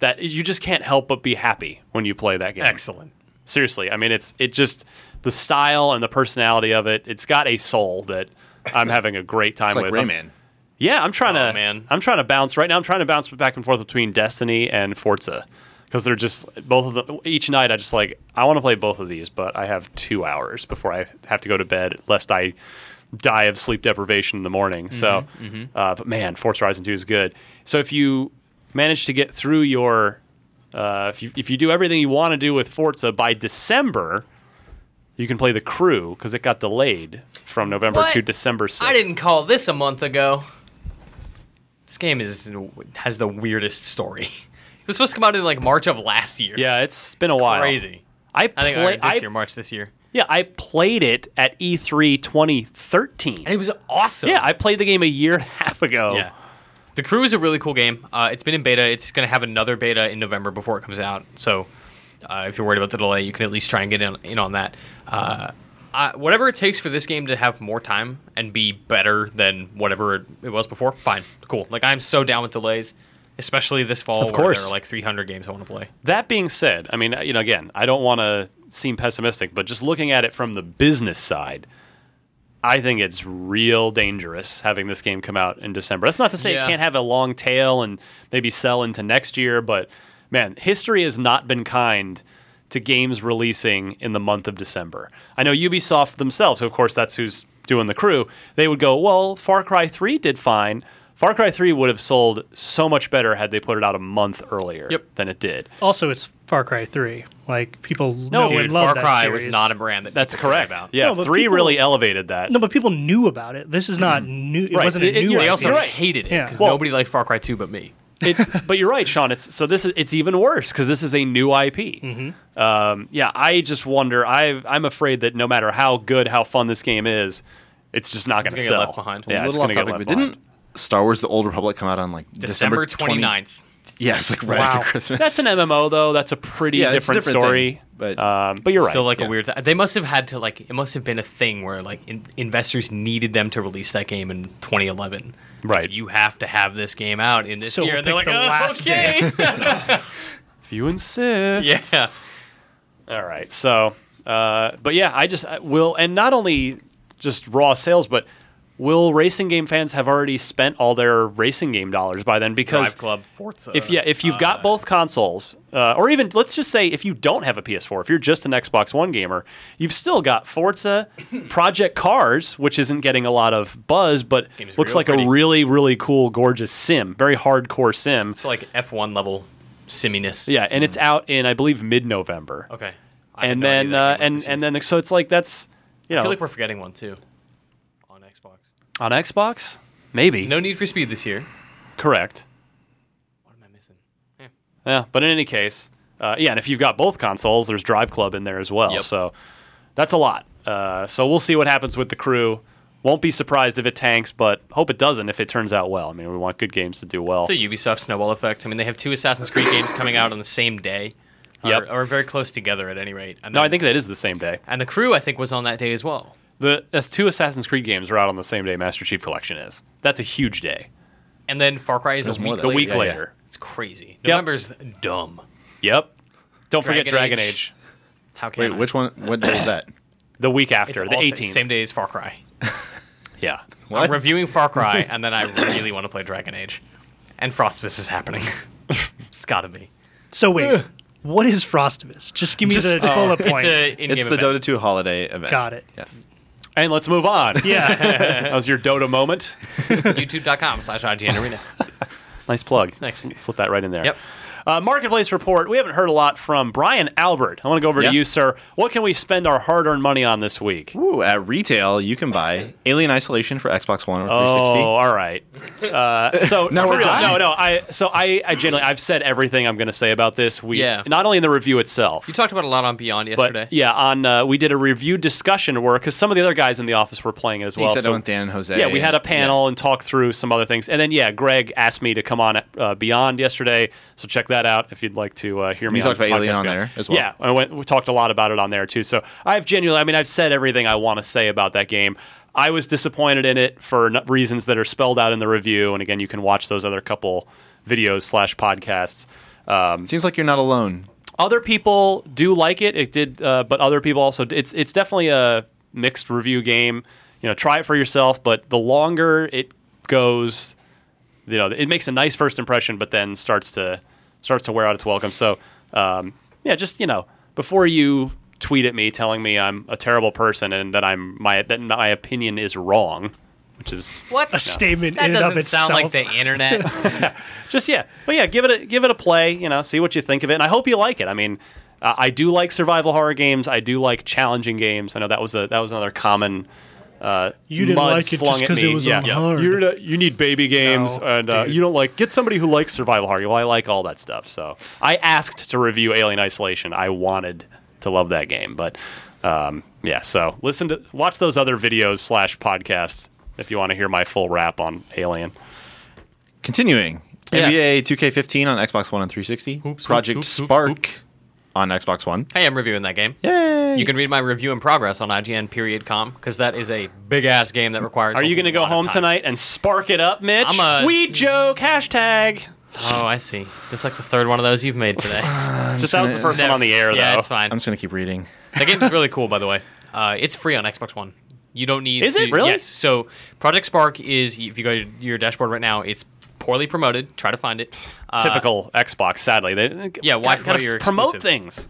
that. You just can't help but be happy when you play that game. Excellent. Seriously, I mean, it's it just the style and the personality of it. It's got a soul that I'm having a great time It's like with. I'm- Rayman. yeah, I'm trying Aw, to. Oh, man. I'm trying to bounce right now. I'm trying to bounce back and forth between Destiny and Forza because they're just both of the each night. I just like I want to play both of these, but I have two hours before I have to go to bed, lest I die of sleep deprivation in the morning. Mm-hmm, so, Uh, but man, Forza Horizon Two is good. So if you manage to get through your, uh, if you if you do everything you want to do with Forza by December. You can play the crew because it got delayed from November What? to December 6th. I didn't call this a month ago. This game is has the weirdest story. [laughs] It was supposed to come out in like March of last year. Yeah, it's been a while. Crazy. I, I think play- or this I- year, March this year. Yeah, I played it at E E3 2013. And it was awesome. yeah, I played the game a year and a half ago. Yeah. The Crew is a really cool game. Uh, it's been in beta. It's going to have another beta in November before it comes out. So uh, if you're worried about the delay, you can at least try and get in, in on that. Uh, I, whatever it takes for this game to have more time and be better than whatever it, it was before, fine. Cool. Like, I'm so down with delays, especially this fall Of where course. there are like 300 games I want to play. That being said, I mean, you know, again, I don't want to seem pessimistic, but just looking at it from the business side, I think it's real dangerous having this game come out in December. That's not to say Yeah. it can't have a long tail and maybe sell into next year, but man, history has not been kind to games releasing in the month of December. I know Ubisoft themselves, who of course that's who's doing the crew, they would go, well, Far Cry 3 did fine. Far Cry 3 would have sold so much better had they put it out a month earlier Yep. than it did. Also, it's Far Cry 3. Like, people know Dude, and love Far that Cry series. was not a brand that That's people cared correct. About. Yeah, No, but three people- really elevated that. No, but people knew about it. This is not Mm-hmm. new. It Right. wasn't a It- it- new you're They idea. also You're right. hated it Yeah. because Well- nobody liked Far Cry 2 but me. It- but you're right, Sean. It's so this is it's even worse because this is a new IP. Mm-hmm. Um, yeah, I just wonder. I I'm afraid that no matter how good, how fun this game is, it's just not going to gonna get sell. left behind. A Yeah, it's little off going to get topic, left But behind. didn't Star Wars: The Old Republic come out on like December, December 29th. ninth. Yeah, it's like right Wow. after Christmas. That's an MMO though. That's a pretty Yeah, it's a different, different story. thing, but- um, but you're right. Still like a weird. Th- they must have had to like. It must have been a thing where like in- investors needed them to release that game in 2011. Right. You have to have this game out in this So year. we'll And they're pick like, the "Oh, last okay. if you [laughs] insist. [laughs] yeah. All right. So, uh, but yeah, I just I will, and not only just raw sales, but will racing game fans have already spent all their racing game dollars by then? Because Drive Club Forza. if yeah, if you've got both consoles, uh, or even let's just say if you don't have a PS4, if you're just an Xbox One gamer, you've still [clears throat] got Forza, Project Cars, which isn't getting a lot of buzz, but Game's looks real like pretty. a really really cool, gorgeous sim, very hardcore sim. it's like F1 level simminess. Yeah, and it's out in I believe mid November Okay. I had and no idea then that uh, game was and this year. and then so it's like that's you I know feel like we're forgetting one too. On Xbox. on Xbox maybe No Need for Speed this year. correct What am I missing? yeah but in any case uh, yeah and if you've got both consoles there's Drive Club in there as well Yep. so that's a lot uh, so we'll see what happens with the crew won't be surprised if it tanks but hope it doesn't if it turns out well I mean we want good games to do well It's the Ubisoft snowball effect. I mean, they have two Assassin's Creed games coming out on the same day, Yep. or, or very close together at any rate. And no I then- think that is the same day and the crew I think was on that day as well. the that's two Assassin's Creed games are out on the same day Master Chief Collection is that's a huge day And then Far Cry is a There's more week, than- a week Yeah, yeah. later It's crazy. November's dumb. yep don't forget Dragon Dragon Age. Age. How can Wait, I? which one? What day is that? [clears throat] the week It's after the also 18th Same day as Far Cry. yeah [laughs] What? I'm reviewing Far [laughs] Cry, and then I really want to play Dragon Age, and Frostbus is happening. [laughs] it's got to be. So, wait. what is Frostivus? Just give [laughs] me the bullet It's point. a in-game [laughs] It's the event. Dota 2 holiday event. [laughs] Got it. Yeah. And let's move on. Yeah. That was your Dota moment. YouTube.com/slash IGN Arena. [laughs] Nice plug. Thanks. S- Slip that right in there. Yep. Uh, marketplace report. We haven't heard a lot from Brian Albert. I want to go over Yeah. to you, sir. What can we spend our hard-earned money on this week? Ooh, at retail, you can buy Alien Isolation for Xbox One or 360. Oh, all right. Uh, so [laughs] Now we're for real, done. No, no. I so I, I generally I've said everything I'm going to say about this. We Yeah. not only in the review itself, You talked about a lot on Beyond but yesterday. yeah, on uh, we did a review discussion where because some of the other guys in the office were playing it as You well. said so- it with Dan and Jose. Yeah, we had a panel and talked through some other things, and then yeah, Greg asked me to come on uh, Beyond yesterday, so check that out if you'd like to uh, hear me. You talked on about Alien Podcast on Beyond. there as well. Yeah, I went, we talked a lot about it on there too. So I've genuinely, I mean, I've said everything I want to say about that game. I was disappointed in it for n- reasons that are spelled out in the review, and again, you can watch those other couple videos slash podcasts. Um, Seems like you're not alone. other people do like it. It did, uh, but other people also. It's it's definitely a mixed review game. You know, try it for yourself. But the longer it goes, you know, it makes a nice first impression, but then starts to starts to wear out its welcome. So, um, yeah, just you know, before you tweet at me telling me I'm a terrible person and that I'm my that my opinion is wrong, which is What? A statement That in and of doesn't sound like itself. the internet. just yeah but yeah give it a give it a play you know see what you think of it and i hope you like it i mean uh, i do like survival horror games i do like challenging games i know that was a that was another common uh, You didn't mud like it just slung at 'cause it me. was yeah. on hard. You're the- you need baby games, No, and uh, dude. you don't like. Get somebody who likes survival horror. Well, I like all that stuff. So I asked to review Alien Isolation. I wanted to love that game, but um, yeah. So listen to watch those other videos slash podcasts if you want to hear my full rap on Alien. Continuing. Yes. NBA 2K15 on Xbox One and 360. Oops, Project oops, oops, Spark oops. on Xbox One. I am reviewing that game. Yay! You can read my review in progress on IGN.com because that is a big ass game that requires. Are a you going to go lot of home time. tonight and spark it up, Mitch? I'm a- we joke hashtag. Oh, I see. It's like the third one of those you've made [sighs] today. Just that was the gonna- first one on the air, yeah, though. it's fine. I'm just going to keep reading. That game's really cool, by the way. Uh, it's free on Xbox One. You don't need. Is it to- really? Yes. So Project Spark is. If you go to your dashboard right now, it's poorly promoted. Try to find it. Uh, Typical Xbox. Sadly, they Yeah, why gotta, gotta promote your promote exclusive? things.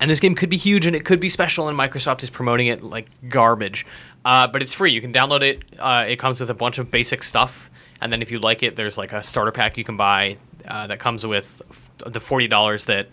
And this game could be huge, and it could be special, and Microsoft is promoting it like garbage. Uh, but it's free. You can download it. Uh, it comes with a bunch of basic stuff, and then if you like it, there's like a starter pack you can [laughs] buy uh, that comes with f- the forty dollars that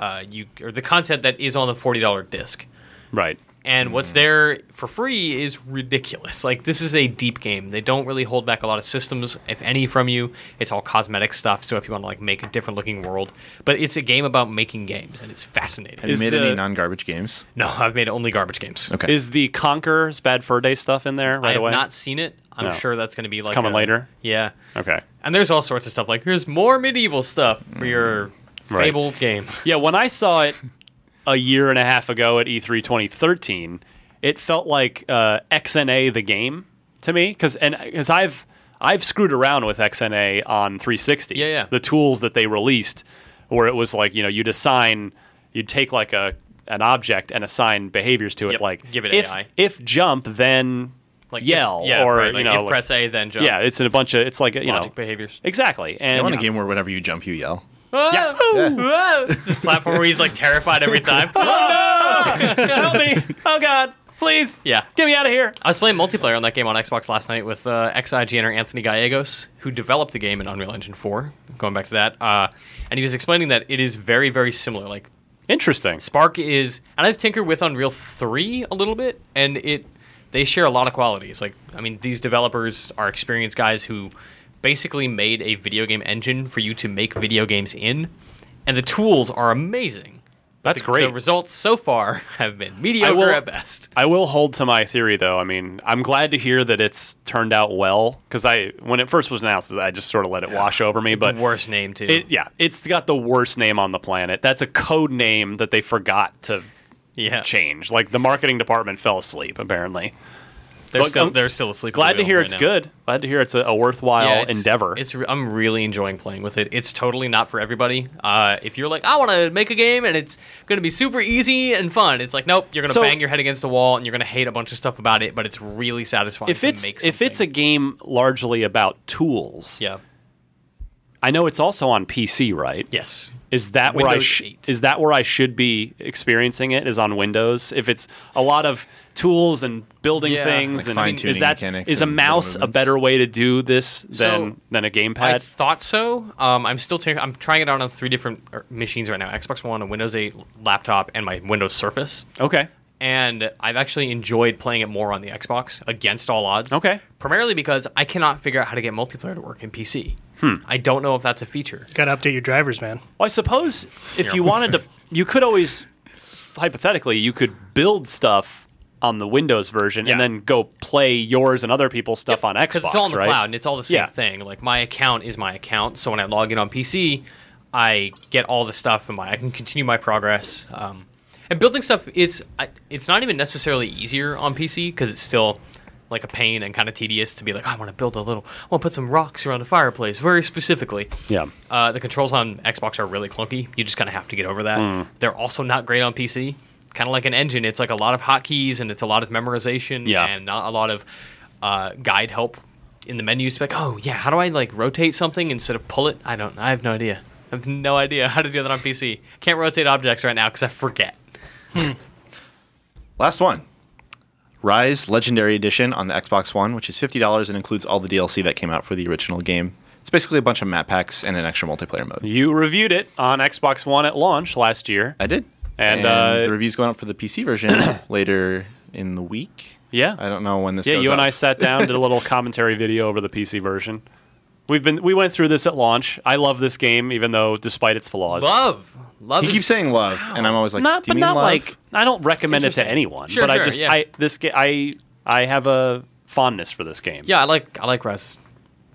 uh, you or the content that is on the forty dollar disc. Right. and Mm. what's there for free is ridiculous. Like this is a deep game. They don't really hold back a lot of systems, if any, from you. It's all cosmetic stuff. So if you want to like make a different looking world, but it's a game about making games, and it's fascinating. Have you Is made the- any non garbage games? no, I've made only garbage games. Okay. Is the Conquer's Bad Fur Day stuff in there right I have away? not seen it. I'm No. sure that's going to be like uh, coming a- later? Yeah, okay. and there's all sorts of stuff. Like here's more medieval stuff for your Right. Fable game. Yeah, when I saw it a year and a half ago at E E3 2013, it felt like uh, XNA the game to me because and because I've I've screwed around with XNA on 360. Yeah, yeah. The tools that they released, where it was like you know you'd assign you'd take like a an object and assign behaviors to it Yep, like give it if, AI. if jump then Like yell if- yeah, or right, you like, know if like- press A then jump. yeah it's in a bunch of it's like you logic know behaviors. exactly and Ah! I want a you know, game where whenever you jump, you yell. Yeah. this platform where he's like terrified every time. help me oh god please Yeah. get me out of here I was playing multiplayer on that game on Xbox last night with uh, ex-IGNer Anthony Gallegos, who developed the game in Unreal Engine 4. Going back to that, uh, and he was explaining that it is very, very similar. Like interesting Spark is, and I've tinkered with Unreal 3 a little bit, and it they share a lot of qualities. Like, I mean, these developers are experienced guys who basically made a video game engine for you to make video games in, and the tools are amazing. That's The- great. The results so far [laughs] have been mediocre will- at best. I will hold to my theory, though. I mean, I'm glad to hear that it's turned out well because I, when it first was announced, I just sort of let it wash over me. But Worst name too. it, yeah, it's got the worst name on the planet. That's a code name that they forgot to yeah. change. Like the marketing department fell asleep, apparently. They're Look, still I'm they're still asleep. at Glad the to wheel hear right it's now. good. Glad to hear it's a, a worthwhile Yeah, it's- endeavor. It's re- I'm really enjoying playing with it. It's totally not for everybody. Uh, if you're like, I want to make a game and it's going to be super easy and fun, it's like, nope, you're going to So- bang your head against the wall and you're going to hate a bunch of stuff about it, but it's really satisfying. if to it's make if it's a something. game largely about tools, yeah, I know it's also on PC, right? yes, Is that where I Windows sh- 8. is that where I should be experiencing it? Is on Windows? If it's a lot of tools and building Yeah, things like and fine-tuning is that mechanics is a and mouse a movements. better way to do this than So, than a I gamepad? thought so. Um, I'm still i I'm trying it out on three different er, machines right now: Xbox One, a Windows 8 laptop, and my Windows Surface. okay. and I've actually enjoyed playing it more on the Xbox against all odds. Okay. Primarily because I cannot figure out how to get multiplayer to work in PC. I don't know if that's a feature. Got to update your drivers, man. Well, I suppose if you [laughs] wanted to, you could always, hypothetically, you could build stuff on the Windows version Yeah. and then go play yours and other people's stuff on Xbox, Because it's all in the right? cloud and it's all the same Yeah. thing. Like my account is my account, so when I log in on PC, I get all the stuff and my I can continue my progress. Um, and building stuff, it's I- it's not even necessarily easier on PC because it's still like a pain and kind of tedious to be like, I want to build a little, I want to put some rocks around a fireplace, very specifically. Yeah. Uh, the controls on Xbox are really clunky. You just kind of have to get over that. They're also not great on PC. Kind of like an engine, it's like a lot of hotkeys and it's a lot of memorization Yeah. and not a lot of uh, guide help in the menus. Like, oh yeah, how do I like rotate something instead of pull it? I don't. I have no idea. I have no idea how to do that on PC. Can't rotate objects right now because I forget. Hmm. Last one. Rise Legendary Edition on the Xbox One, which is $50 and includes all the DLC that came out for the original game. It's basically a bunch of map packs and an extra multiplayer mode. You reviewed it on Xbox One at launch last year. I did. And, uh, the review's going up for the PC [coughs] version later in the week. Yeah. I don't know when this yeah, goes you and up. I sat down, did a [laughs] little commentary video over the PC version. We've been we went through this at launch. I love this game, even though despite its flaws. Love, love. He is- keeps saying love, and I'm always like, not, Do you but mean not love? like I don't recommend it to Interesting. anyone. Sure, but I sure, just yeah. I this ga- I I have a fondness for this game. Yeah, I like I like Res.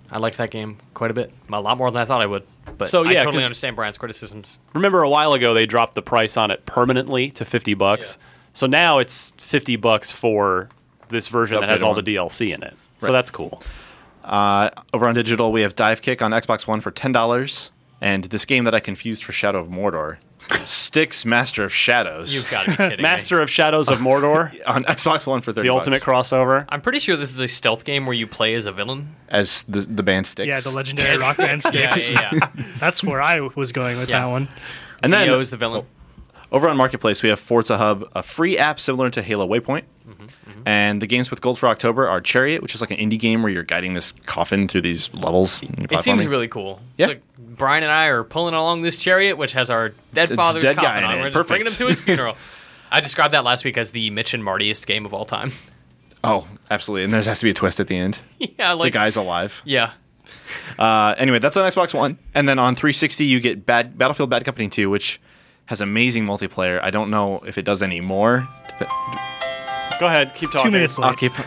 I like that game quite a bit. A lot more than I thought I would. But So, I yeah, totally 'cause- understand Brian's criticisms. Remember a while ago they dropped the price on it permanently to 50 bucks. So now it's 50 bucks for this version that has Upgraded all one. the DLC in it. So Right. that's cool. Over on digital, we have Dive Kick on Xbox One for ten dollars, and this game that I confused for Shadow [laughs] of Mordor, Styx Master of Shadows You've got to be kidding me. Master of Shadows of [laughs] Mordor, on Xbox One for thirty. the ultimate bucks, crossover. I'm pretty sure this is a stealth game where you play as a villain. as the the band Styx. Yeah, the legendary [laughs] rock band sticks. Yeah, yeah, yeah. That's where I was going with Yeah. that one. [laughs] and then Dio is the villain. over on Marketplace, we have Forza Hub, a free app similar to Halo Waypoint. Mm-hmm, And the games with gold for October are Chariot, which is like an indie game where you're guiding this coffin through these levels. and you're It seems platforming. really cool. It's Yeah. like Brian and I are pulling along this chariot, which has our dead It's father's dead guy coffin in on. it. We're just Perfect. bringing him to [laughs] his funeral. I described that last week as the Mitch and Martyest game of all time. Oh, absolutely! And there has to be a twist at the end. [laughs] yeah, The like guy's alive. Yeah, Uh, anyway, that's on Xbox One, and then on 360 you get Bad Battlefield Bad Company 2, which has amazing multiplayer. I don't know if it does any more. Dep- Go ahead, keep talking. Two minutes I'll left. keep. [laughs]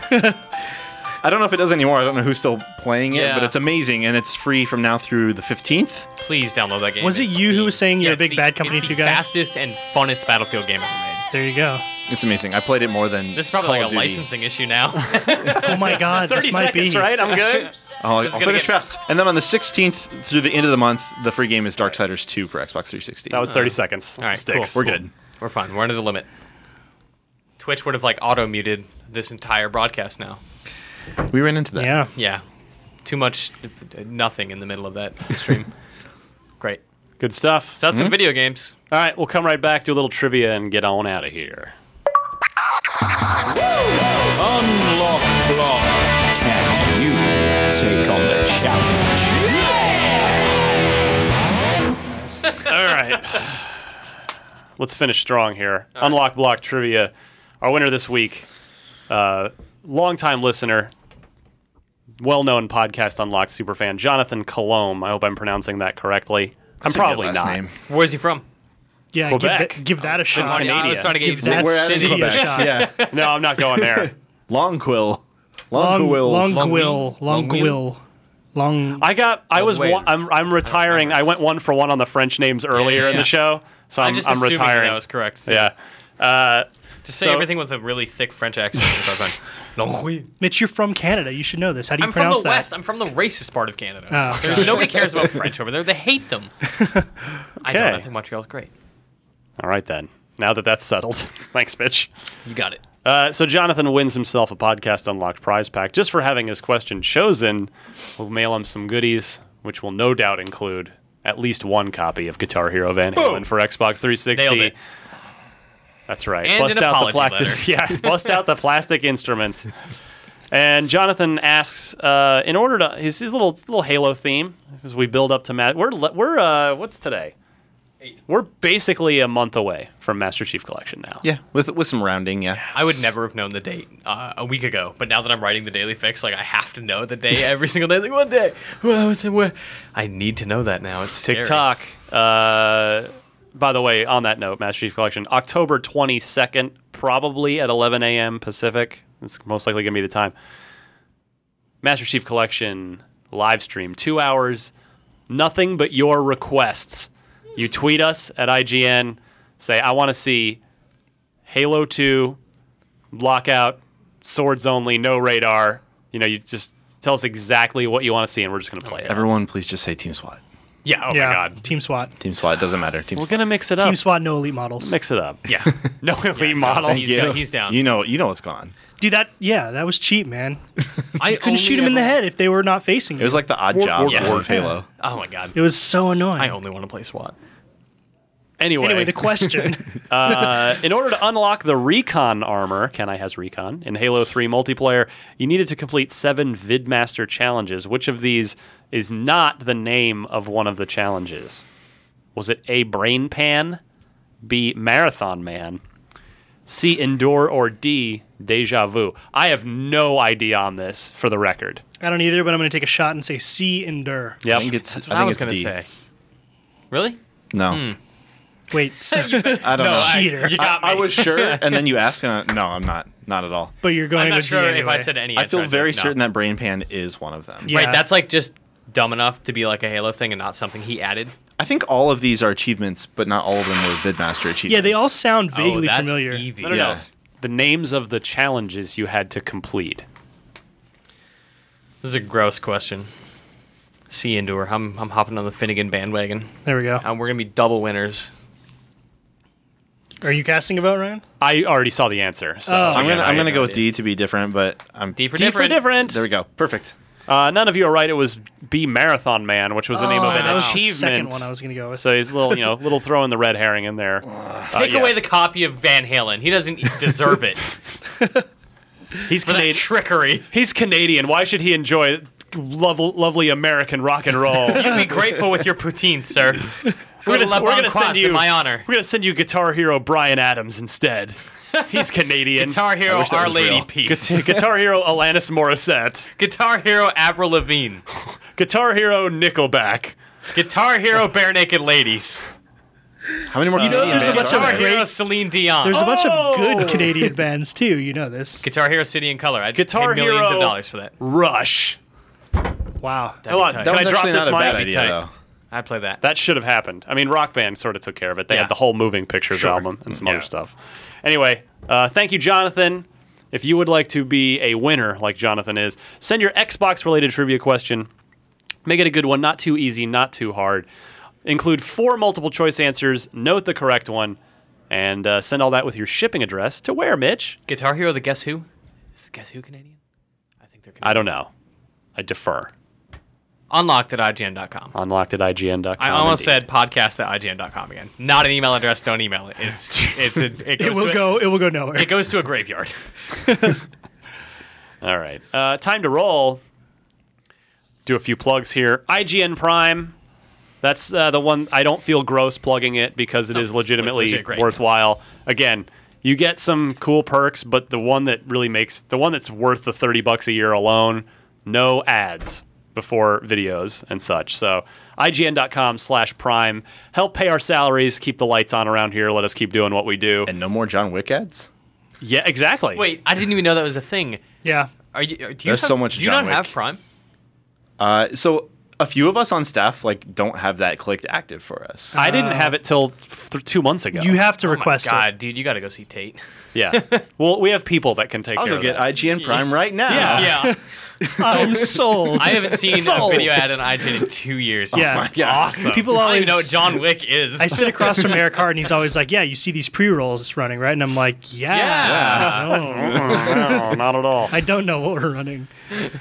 I don't know if it does any more. I don't know who's still playing it, Yeah. but it's amazing, and it's free from now through the 15th. please download that game. Was it It's you who the- was saying you're a it's big the- Bad Company it's 2 the guy? Fastest and funnest Battlefield game ever made. There you go. It's amazing. I played it more than This is probably Call like a of Duty. licensing issue now. [laughs] Oh my God, this might be. I'm good. [laughs] I'll, I'll is gonna finish get- fast, and then on the 16th through the end of the month, the free game is Darksiders 2 for Xbox [laughs] 360. that was 30 seconds. all right, Sticks. cool. We're good. We're fine. We're under the limit. Twitch would have like auto muted this entire broadcast now. We ran into that. Yeah. Yeah, too much uh, nothing in the middle of [laughs] that stream. Great. Good stuff. So that's Hmm? some video games. All right, we'll come right back, do a little trivia, and get on out of here. Unlock block. Can you take on the challenge? All right. Let's finish strong here. Unlock block trivia. Our winner this week, uh, longtime listener, well known podcast Unlocked superfan, Jonathan Colomb. I hope I'm pronouncing that correctly. I'm That's a good probably last not. name. Where's he [laughs] from? Yeah, give Quebec. that, give that a shot. Canadian. Oh, Yeah, I was trying to get Give that We're out in city a Quebec. shot. Yeah. [laughs] No, I'm not [laughs] going there. Longquill. Long Long, long, wheel? quill, long Long quill, long. I got. I Oh, was. wait. One, I'm. I'm retiring. I went one for one on the French names earlier in yeah. the show, so I'm I'm. just I'm assuming retiring. That was correct. yeah. Uh, Just say So- everything with a really thick French accent. It's [laughs] all fine. Mitch, you're from Canada. You should know this. How do you I'm from pronounce the that? West. I'm from the racist part of Canada. Oh, There's- nobody cares about French over there. They hate them. I don't. Okay. I think Montreal's great. all right then. Now that that's settled, [laughs] thanks, bitch. You got it. Uh, so Jonathan wins himself a podcast unlocked prize pack just for having his question chosen. We'll mail him some goodies, which will no doubt include at least one copy of Guitar Hero Van Halen for Xbox 360. Nailed it. That's right. And bust an out the apology plastic. letter. [laughs] Yeah, bust out the plastic instruments. And Jonathan asks, uh, in order to his, his little his little Halo theme, as we build up to Matt, we're le- we're uh, what's today? We're basically a month away from Master Chief Collection now. Yeah, with with some rounding. Yeah, I would never have known the date uh, a week ago, but now that I'm writing the daily fix, like I have to know the day every single day. Like one day, well, it's where I need to know that now. It's scary. TikTok. Uh, by the way, on that note, Master Chief Collection, October 22nd, probably at 11 a.m. Pacific. It's most likely going to be the time. Master Chief Collection live stream, two hours, nothing but your requests. You tweet us at IGN, say, I want to see Halo 2, Blockout, Swords Only, No Radar. You know, you just tell us exactly what you want to see, and we're just going to play it. Everyone, please just say Team SWAT. Yeah, oh my yeah, God. Oh. Team SWAT. Team SWAT doesn't matter. Team We're going to mix it up. Team SWAT, no elite models. Mix it up. Yeah, [laughs] No elite models. Thank he's you. down- he's down. You know, you know what's going on. Dude, that yeah, that was cheap, man. I Couldn't shoot him in the head if they were not facing It you. was like the odd job work, of work. Halo. Oh my god, it was so annoying. I only want to play SWAT. Anyway, anyway, the question. uh, in order to unlock the recon armor, Kenai has recon, in Halo 3 multiplayer, you needed to complete seven Vidmaster challenges. Which of these is not the name of one of the challenges? Was it A, Brain Pan, B, Marathon Man, C, Endure, or D, Deja Vu? I have no idea on this, for the record. I don't either, but I'm going to take a shot and say C endure. I Yep. think it's. That's I what I, think was it's gonna D. say. Really? No, Wait, so, I don't know. cheater. got I [laughs] was sure, and then you asked, and I- no, I'm not. Not at all. but you're going I'm not with sure D if I anyway. said any. I feel very certain certain that Brain Pan is one of them. Yeah. Right, that's like just dumb enough to be like a Halo thing and not something he added. I think all of these are achievements, but not all of them were Vidmaster achievements. Yeah, they all sound oh, vaguely that's familiar. Stevie. No, no, no. Yeah. The names of the challenges you had to complete. This is a gross question. See Endure. I'm I'm hopping on the Finnegan bandwagon. There we go. And we're gonna be double winners. Are you casting a vote, Ryan? I already saw the answer. So Oh. I'm gonna. Yeah, I'm gonna I- go with D to be different, but I'm D for D for different. different. There we go. Perfect. Uh, none of you are right. It was B Marathon Man, which was the name of an Oh, that was the achievement. second one I was going to go with. so he's a little, you [laughs] know, little throwing the red herring in there. Take away the copy of Van Halen. He doesn't e-, deserve it he's for that Canadian. trickery. he's Canadian. Why should he enjoy lovely, lovely American rock and [laughs] roll? we're Be grateful with your poutine, sir. Go to Le we're Bon Cross in my honor. We're gonna send you Guitar Hero Brian [laughs] Adams instead. He's Canadian. Guitar Hero, that Our was Lady real. Peace. Gu- [laughs] Guitar Hero Alanis Morissette. Guitar Hero, Avril Lavigne. Guitar Hero Nickelback. Guitar [laughs] Hero, Bare Naked Ladies. How many more? You there's a bunch of Guitar great- Hero, Celine Dion. There's a bunch of Oh! good Canadian bands too. You know this. Guitar Hero City in Color. I'd Guitar pay millions Hero. of dollars for that. Rush. Wow. Hold on, tight. can That I drop this not a mic? bad idea, tight. though. I'd play that. That should have happened. I mean, Rock Band sort of took care of it. They Yeah. had the whole Moving Pictures album and some Yeah. other stuff. Anyway, uh, thank you, Jonathan. If you would like to be a winner like Jonathan is, send your Xbox related trivia question. Make it a good one, not too easy, not too hard. Include four multiple choice answers, note the correct one, and uh, send all that with your shipping address to where, Mitch? Guitar Hero, the Guess Who? Is the Guess Who Canadian? I think they're I Canadian. don't know. I defer. Unlocked at IGN.com. Unlocked at IGN.com. I almost indeed. said podcast at IGN.com again. Not an email address. Don't email it. It's, it's a, it, goes It will to go. It will go nowhere. A, it goes to a graveyard. All right. Uh, time to roll. Do a few plugs here. IGN Prime. That's uh, the one I don't feel gross plugging it because it is it's legitimately legit great. worthwhile. Again, you get some cool perks, but the one that really makes the one that's worth the 30 bucks a year alone, no ads before videos and such. So IGN.com slash prime. Help pay our salaries, keep the lights on around here, let us keep doing what we do. And no more John Wick ads. yeah, exactly. Wait, I didn't even know that was a thing. yeah. Are you? Do you There's have, so much Do you John not have Wick. Prime? Uh, so a few of us on staff like don't have that clicked active for us. I uh, didn't have it till th- two months ago. You have to Oh My request it. God, dude, you got to go see Tate. Yeah. well, we have people that can take I'll care go of get that. IGN Prime right now. Yeah. yeah. [laughs] I'm sold. I haven't seen Sold. a video ad on iTunes in two years. Oh Yeah. It's Oh awesome. People I don't always- even know what John Wick is. I sit across from Eric Hart, and he's always like, "Yeah, you see these pre-rolls running, right?" And I'm like, "Yeah, Uh, Yeah. no, no, not at all. I don't know what we're running." [laughs]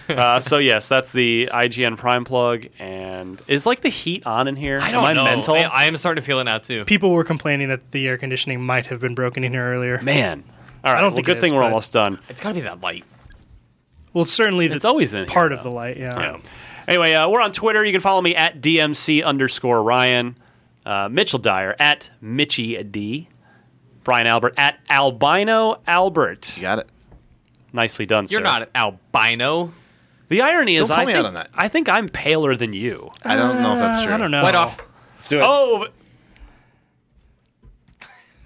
Uh, so yes, that's the IGN Prime plug, and is like the heat on in here? I don't Am I know. mental? I, I am starting to feel it now too. People were complaining that the air conditioning might have been broken in here earlier. Man, all right. I don't well, think it good is, thing we're but- almost done. It's gotta be that light. Well, certainly the, It's always in here, part of though. the light. Yeah. Yeah. Anyway, uh, we're on Twitter. You can follow me at DMC underscore Ryan, uh, Mitchell Dyer at Mitchy D, Brian Albert at Albino Albert. You got it. Nicely done, You're sir. not albino. The irony is, Don't I call me out think, on that. I think I'm paler than you. I don't know if that's true. Uh, I don't know. Light off. Let's do it. Oh,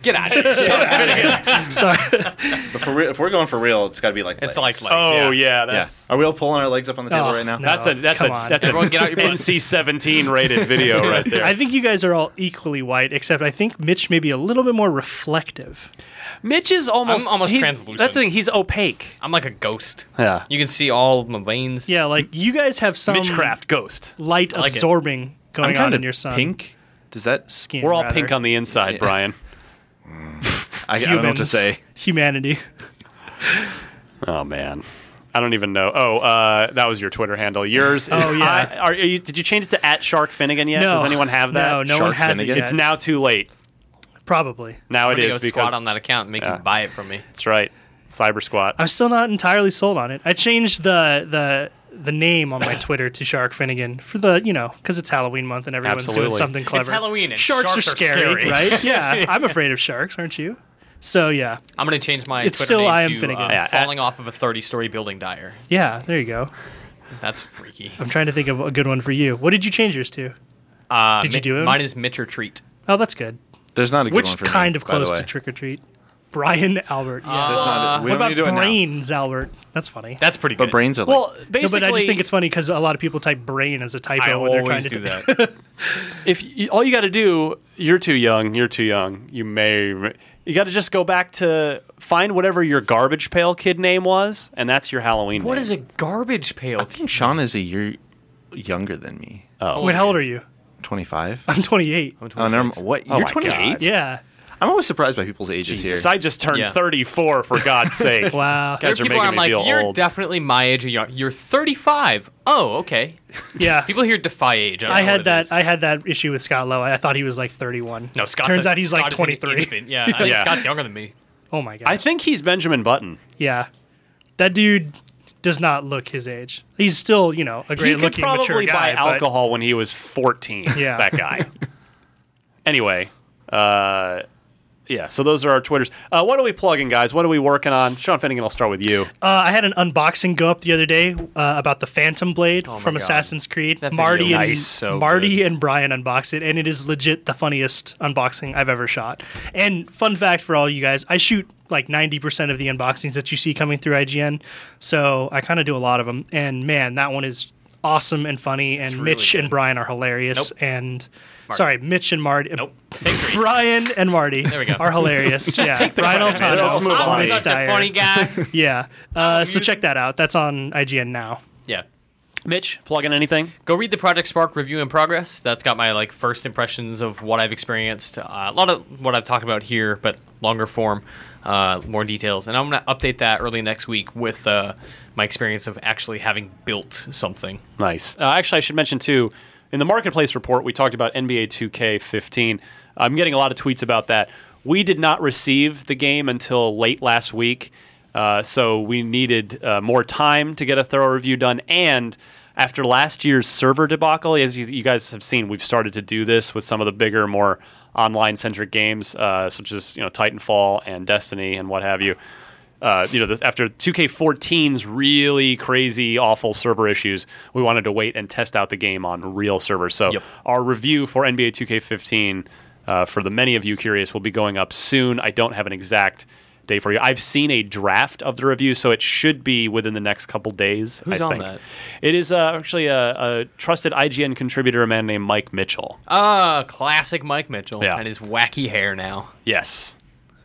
Get out of here. Sorry. But for re- if we're going for real, it's got to be like it's legs. like lights. oh yeah. Yeah. that's Are we all pulling our legs up on the table Oh, right now? no. that's a that's come a on. that's Everyone a get out your butts. NC-17 [laughs] rated video right there. I think you guys are all equally white, except I think Mitch may be a little bit more reflective. Mitch is almost I'm almost he's- translucent. That's the thing. He's opaque. I'm like a ghost. Yeah. You can see all my veins. Yeah, like you guys have some Mitchcraft ghost. light like it. absorbing going on kinda in your sun. pink. Does that? skin. We're all rather. pink on the inside, Brian. I, I don't know what to Humans. say. Humanity. Oh man, I don't even know. Oh, uh, that was your Twitter handle. Yours. Is, Oh, yeah. I- are, you, did you change it to at Shark Finnegan yet? No. Does anyone have that? [laughs] No, no one Shark has Finnegan? it yet. It's now too late. Probably. Now I'm it gonna is go because squat on that account and make you buy it from me. that's right. Cyber squat. I'm still not entirely sold on it. I changed the the the name on my Twitter to Shark Finnegan for the you know because it's Halloween month and everyone's doing Absolutely. something clever. Halloween and sharks, sharks are, are scary, scary. [laughs] right? Yeah, I'm afraid of sharks, aren't you? So yeah, I'm gonna change my It's Twitter still name I am to, Finnegan. uh, Yeah, at- falling off of a 30 story building dyer. yeah. There you go. That's freaky. I'm trying to think of a good one for you. What did you change yours to? Uh, Did you mi- do it? Mine is Mitch or Treat. Oh, that's good. There's not a good one Which for me, kind of by the close way. to trick or treat? Brian Uh, Albert. Yeah. There's not a- we what don't about need to do it now. brains, Albert? That's funny. That's pretty But good. brains are like. well, no, basically, but I just think it's funny because a lot of people type brain as a typo I when they're trying always to do that. if you, all you got to do, you're too young. You're too young. You may. re- You got to just go back to find whatever your garbage pail kid name was, and that's your Halloween. What name. is a garbage pail? I think Sean is a year younger than me. Wait, how old are you? 25? I'm 28. Oh, never, m- what? You're my 28? God. Uh, Yeah. I'm always surprised by people's ages Jesus, here. I just turned Yeah. 34. [laughs] For God's sake, Wow. Guys are people making I'm me like, feel you're old. definitely my age. Or young. You're 35. Oh, okay. Yeah. People here defy age. I had that. I had that issue with Scott Lowe. I thought he was like 31. no, Scott. Turns out he's like 23. [laughs] Yeah, I think Yeah. Scott's younger than me. Oh my gosh. I think he's Benjamin Button. yeah. That dude does not look his age. He's still, you know, a He great could looking mature probably buy guy. but- alcohol when he was 14. Yeah. That guy. anyway, uh, yeah, so those are our Twitters. Uh, what are we plugging, guys? What are we working on? Sean Finnegan, I'll start with you. Uh, I had an unboxing go up the other day uh, about the Phantom Blade from Oh God. Assassin's Creed. That video Marty was and Nice. so Marty good. and Brian unboxed it, and it is legit the funniest unboxing I've ever shot. And fun fact for all you guys, I shoot like 90% of the unboxings that you see coming through IGN, so I kind of do a lot of them. And man, that one is awesome and funny, and really Mitch and good. Brian are hilarious. Nope. And sorry, Mitch and Marty. Nope. Take three. Brian and Marty we go. [laughs] are hilarious. yeah. Brian Altano, Let's move on. Mitch I'm such a Dyer. funny guy. [laughs] Yeah. Uh, so check that out. That's on IGN now. yeah. Mitch, plugging anything? go read the Project Spark review in progress. That's got my like first impressions of what I've experienced. Uh, a lot of what I've talked about here, but longer form, uh, more details. And I'm gonna update that early next week with uh, my experience of actually having built something. Nice. Uh, actually, I should mention too, in the marketplace report, we talked about NBA 2K15. I'm getting a lot of tweets about that. We did not receive the game until late last week, uh, so we needed uh, more time to get a thorough review done. And after last year's server debacle, as you, you guys have seen, we've started to do this with some of the bigger, more online-centric games, uh, such as you know Titanfall and Destiny and what have you uh, you know, this, after 2K14's really crazy, awful server issues, we wanted to wait and test out the game on real servers. So Yep. our review for NBA 2K15, uh, for the many of you curious, will be going up soon. I don't have an exact day for you. I've seen a draft of the review, so it should be within the next couple days. Who's I on think. that? It is uh, actually a, a trusted IGN contributor, a man named Mike Mitchell. Ah, classic Mike Mitchell Yeah. and his wacky hair now. Yes.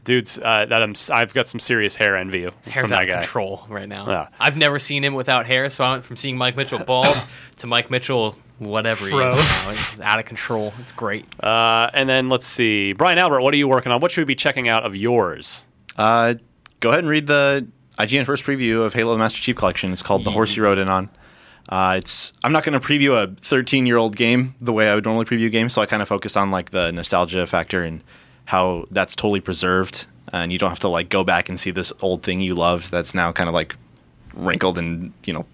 dudes. Uh, that I'm, s- I've got some serious hair envy of His hair's from out that of guy. control right now. Yeah. I've never seen him without hair, so I went from seeing Mike Mitchell bald to Mike Mitchell whatever he Fro. is now. It's out of control. It's great. Uh, and then let's see, Brian Albert, what are you working on? What should we be checking out of yours? Uh, go ahead and read the IGN first preview of Halo: The Master Chief Collection. It's called "The Horse You Rode In On." Uh, it's I'm not going to preview a 13 year old game the way I would normally preview games, so I kind of focused on like the nostalgia factor and how that's totally preserved, and you don't have to like go back and see this old thing you loved that's now kind of like wrinkled and you know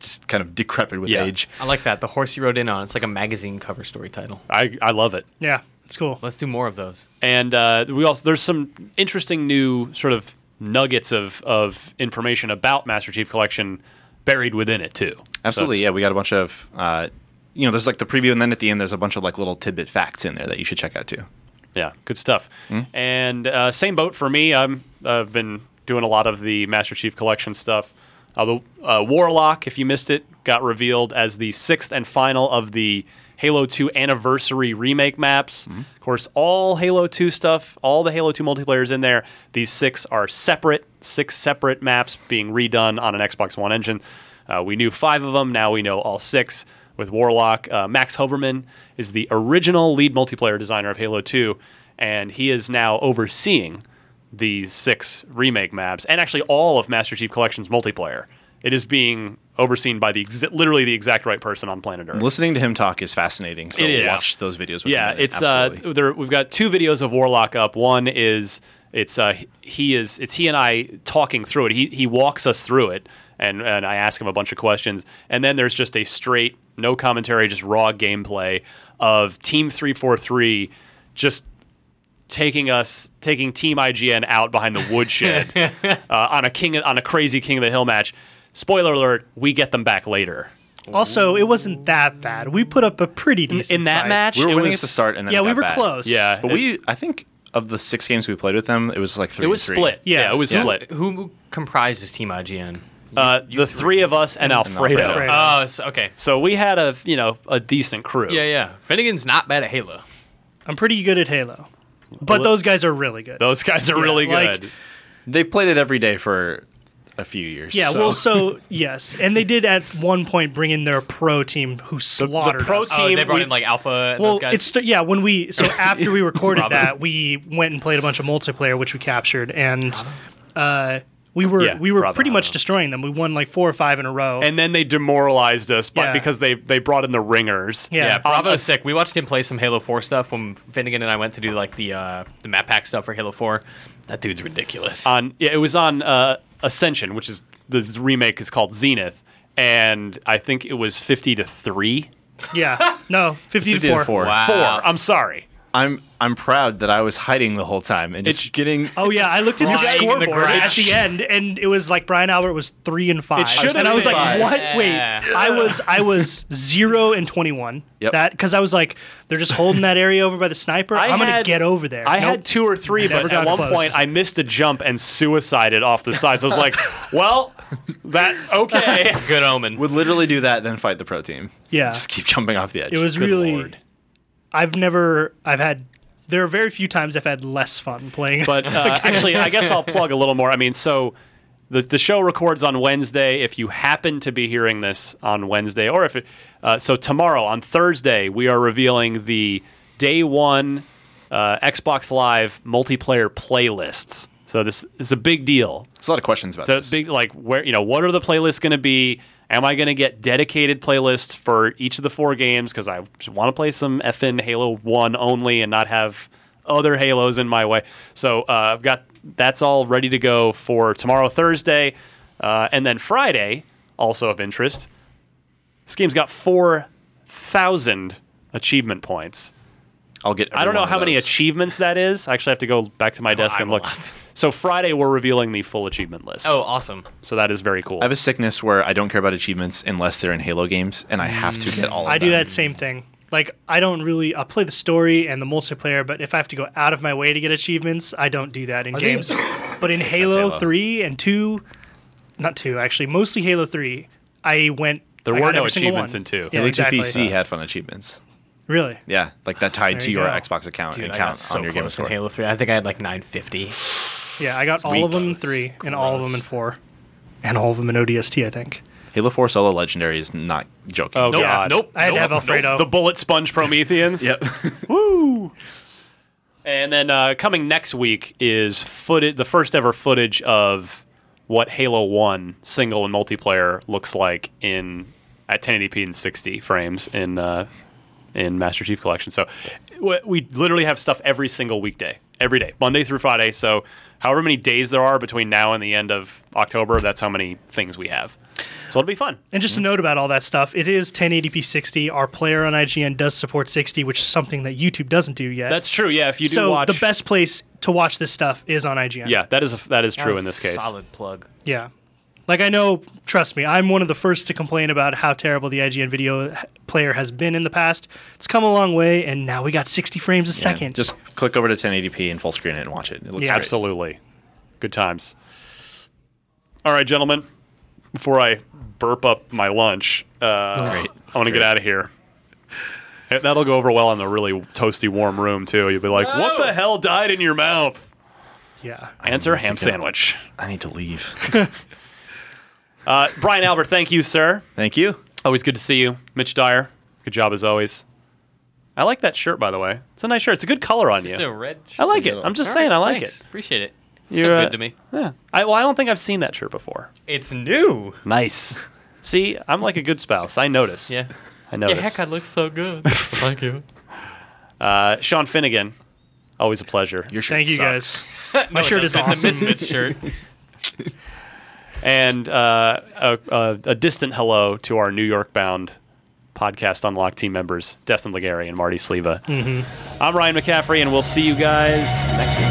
just kind of decrepit with Yeah. age. I like that. The horse you rode in on. It's like a magazine cover story title. I, I love it. Yeah, it's cool. Let's do more of those. and uh, we also there's some interesting new sort of nuggets of of information about Master Chief Collection buried within it too. Absolutely, So yeah. it's- We got a bunch of uh, you know, there's like the preview, and then at the end there's a bunch of like little tidbit facts in there that you should check out too. yeah, good stuff. And uh, same boat for me. I'm I've been doing a lot of the Master Chief Collection stuff. Uh, the uh, Warlock, if you missed it, got revealed as the sixth and final of the Halo 2 anniversary remake maps. Of course, all Halo 2 stuff, all the Halo 2 multiplayers in there. These six are separate, six separate maps being redone on an Xbox One engine. Uh, we knew five of them. Now we know all six with Warlock. Uh, Max Hoberman is the original lead multiplayer designer of Halo 2, and he is now overseeing the six remake maps and actually all of Master Chief Collection's multiplayer. It is being overseen by the exa- literally the exact right person on planet Earth. Listening to him talk is fascinating. So It is. watch those videos. With Yeah, him. it's Absolutely. uh, there, we've got two videos of Warlock up. One is it's uh, he is it's he and I talking through it. He he walks us through it, and and I ask him a bunch of questions, and then there's just a straight no commentary, just raw gameplay of Team Three Four Three, just taking us taking Team IGN out behind the [laughs] woodshed uh, on a king on a crazy King of the Hill match. Spoiler alert: we get them back later. Also, it wasn't that bad. We put up a pretty decent In that fight. match, we were it winning was at the start, and then Yeah, it we got were bad. close. Yeah, But we, I think, of the six games we played with them, it was like three. it was and three. split. Yeah. Yeah, it was Yeah. split. Who comprises Team IGN? Uh, the three of us and Alfredo. Alfredo. Alfredo. Oh, so, okay. So we had a you know a decent crew. Yeah, yeah. Finnegan's not bad at Halo. I'm pretty good at Halo, but those guys are really good. Those guys are really like- good. They played it every day for a few years. yeah, so. well, [laughs] so yes, and they did at one point bring in their pro team who slaughtered pro us. Oh, Team, they brought we- in like Alpha. And well, those guys. it's st- yeah. When [laughs] we so after we recorded that, we went and played a bunch of multiplayer, which we captured, and uh, we were Yeah, we were Robin. pretty much destroying them. We won like four or five in a row. And then they demoralized us, but Yeah. because they they brought in the ringers. Yeah. Yeah, Um, Bravo's us- sick. We watched him play some Halo Four stuff when Finnegan and I went to do like the uh, the map pack stuff for Halo Four. That dude's ridiculous. on yeah, it was on uh, Ascension, which is this remake is called Zenith, and I think it was fifty to three. [laughs] yeah, [laughs] no, fifty Fifty to to four. four. Wow. Four. I'm sorry. I'm I'm proud that I was hiding the whole time and just It's- getting. Oh yeah, I looked at the Crying in the scoreboard at garage. the end, and it was like Brian Albert was three and five. should and have I was been like, five. "What? Yeah. Wait, I was I was zero and twenty one. Yep. That because I was like, they're just holding that area over by the sniper. I I am gonna had- get over there. I Nope. had two or three, Never but at got one close. point I missed a jump and suicided off the side. So I was like, well, that okay. Good omen. Would literally do that, then fight the pro team. Yeah. just keep jumping off the edge. It was Good really. Lord. I've never. I've had. There are very few times I've had less fun playing. [laughs] But uh, actually, I guess I'll plug a little more. I mean, so the the show records on Wednesday. If you happen to be hearing this on Wednesday, or if it, uh, so tomorrow on Thursday, we are revealing the day one uh, Xbox Live multiplayer playlists. So this is a big deal. There's a lot of questions about So this. big like where you know what are the playlists going to be? Am I going to get dedicated playlists for each of the four games because I want to play some effin Halo One only and not have other Halos in my way? So uh, I've got that's all ready to go for tomorrow Thursday, uh, and then Friday also of interest. This game's got four thousand achievement points. I'll get. I every don't know one of how many those. Oh, achievements that is. I actually have to go back to my desk I'm and a look. lot. So Friday we're revealing the full achievement list. oh, awesome. So that is very cool. I have a sickness where I don't care about achievements unless they're in Halo games, and I have to get all. Of I do them. that same thing. Like I don't really. I play the story and the multiplayer, but if I have to go out of my way to get achievements, I don't do that in they- games. but in Halo, Halo. Three and Two, not Two actually, mostly Halo Three. I went. There I were got no every single achievements one. in two. Yeah, Halo exactly. PC had fun achievements. Really? Yeah, like that tied There to you your go. Xbox account Dude, and I count got so on your game close in score. Halo 3. I think I had like 950. Yeah, I got all of them in weak. three, and all of them in four, and all of them in ODST. I think. Halo 4 Solo Legendary is not joking. Oh god. Nope. I had to have Alfredo. The bullet sponge Prometheans. [laughs] Yep. And then uh, coming next week is footage, the first ever footage of what Halo One single and multiplayer looks like in at 1080p and 60 frames in uh, in Master Chief Collection. So we, we literally have stuff every single weekday, every day, Monday through Friday. So however many days there are between now and the end of October, that's how many things we have. So it'll be fun. And just a note about all that stuff, it is 1080p 60. Our player on IGN does support 60, which is something that YouTube doesn't do yet. That's true. Yeah, if you do so watch, the best place to watch this stuff is on IGN. Yeah, that is a, that is true That in was this case. Solid plug. Yeah. Like I know, trust me, I'm one of the first to complain about how terrible the IGN video h- player has been in the past. It's come a long way, and now we got 60 frames a Yeah, second. Just click over to 1080p and full screen it and watch it. It looks Yeah. great. Absolutely. Good times. All right, gentlemen. Before I burp up my lunch, uh, I want to get out of here. Eh, That'll go over well in the really toasty, warm room too. You'll be like, "What the hell died in your mouth?" Mm, yeah. Answer: ham sandwich. I need to leave. [laughs] Uh, Brian Albert, thank you, sir. Thank you. Always good to see you, Mitch Dyer. Good job as always. I like that shirt, by the way. It's a nice shirt. It's a good color on you. Just a red. I like it. I'm just saying, I like it. Appreciate it. You're, so uh, good to me. Yeah. I, well, I don't think I've seen that shirt before. It's new. Nice. See, I'm like a good spouse. I notice. Yeah. I Yeah, notice. heck, I look so [laughs] good. Thank you. uh, Sean Finnegan, always a pleasure. Your shirt Thank you sucks. [laughs] guys. My shirt is awesome. It's a [laughs] [laughs] misfit shirt. and uh, a, a, a distant hello to our New York bound podcast Unlock team members, Destin Legary and Marty Sleva. Mm-hmm. I'm Ryan McCaffrey, and we'll see you guys next week.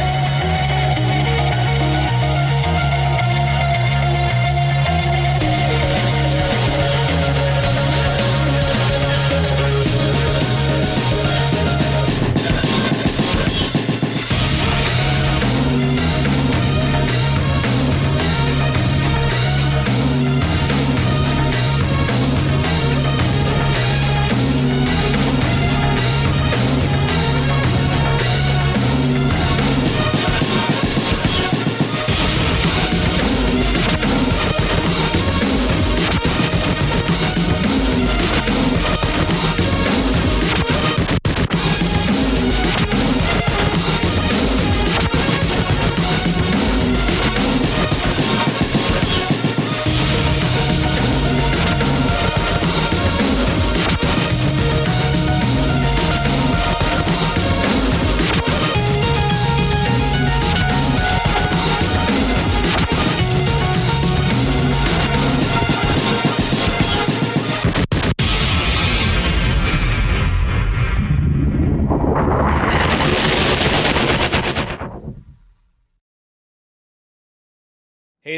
Hey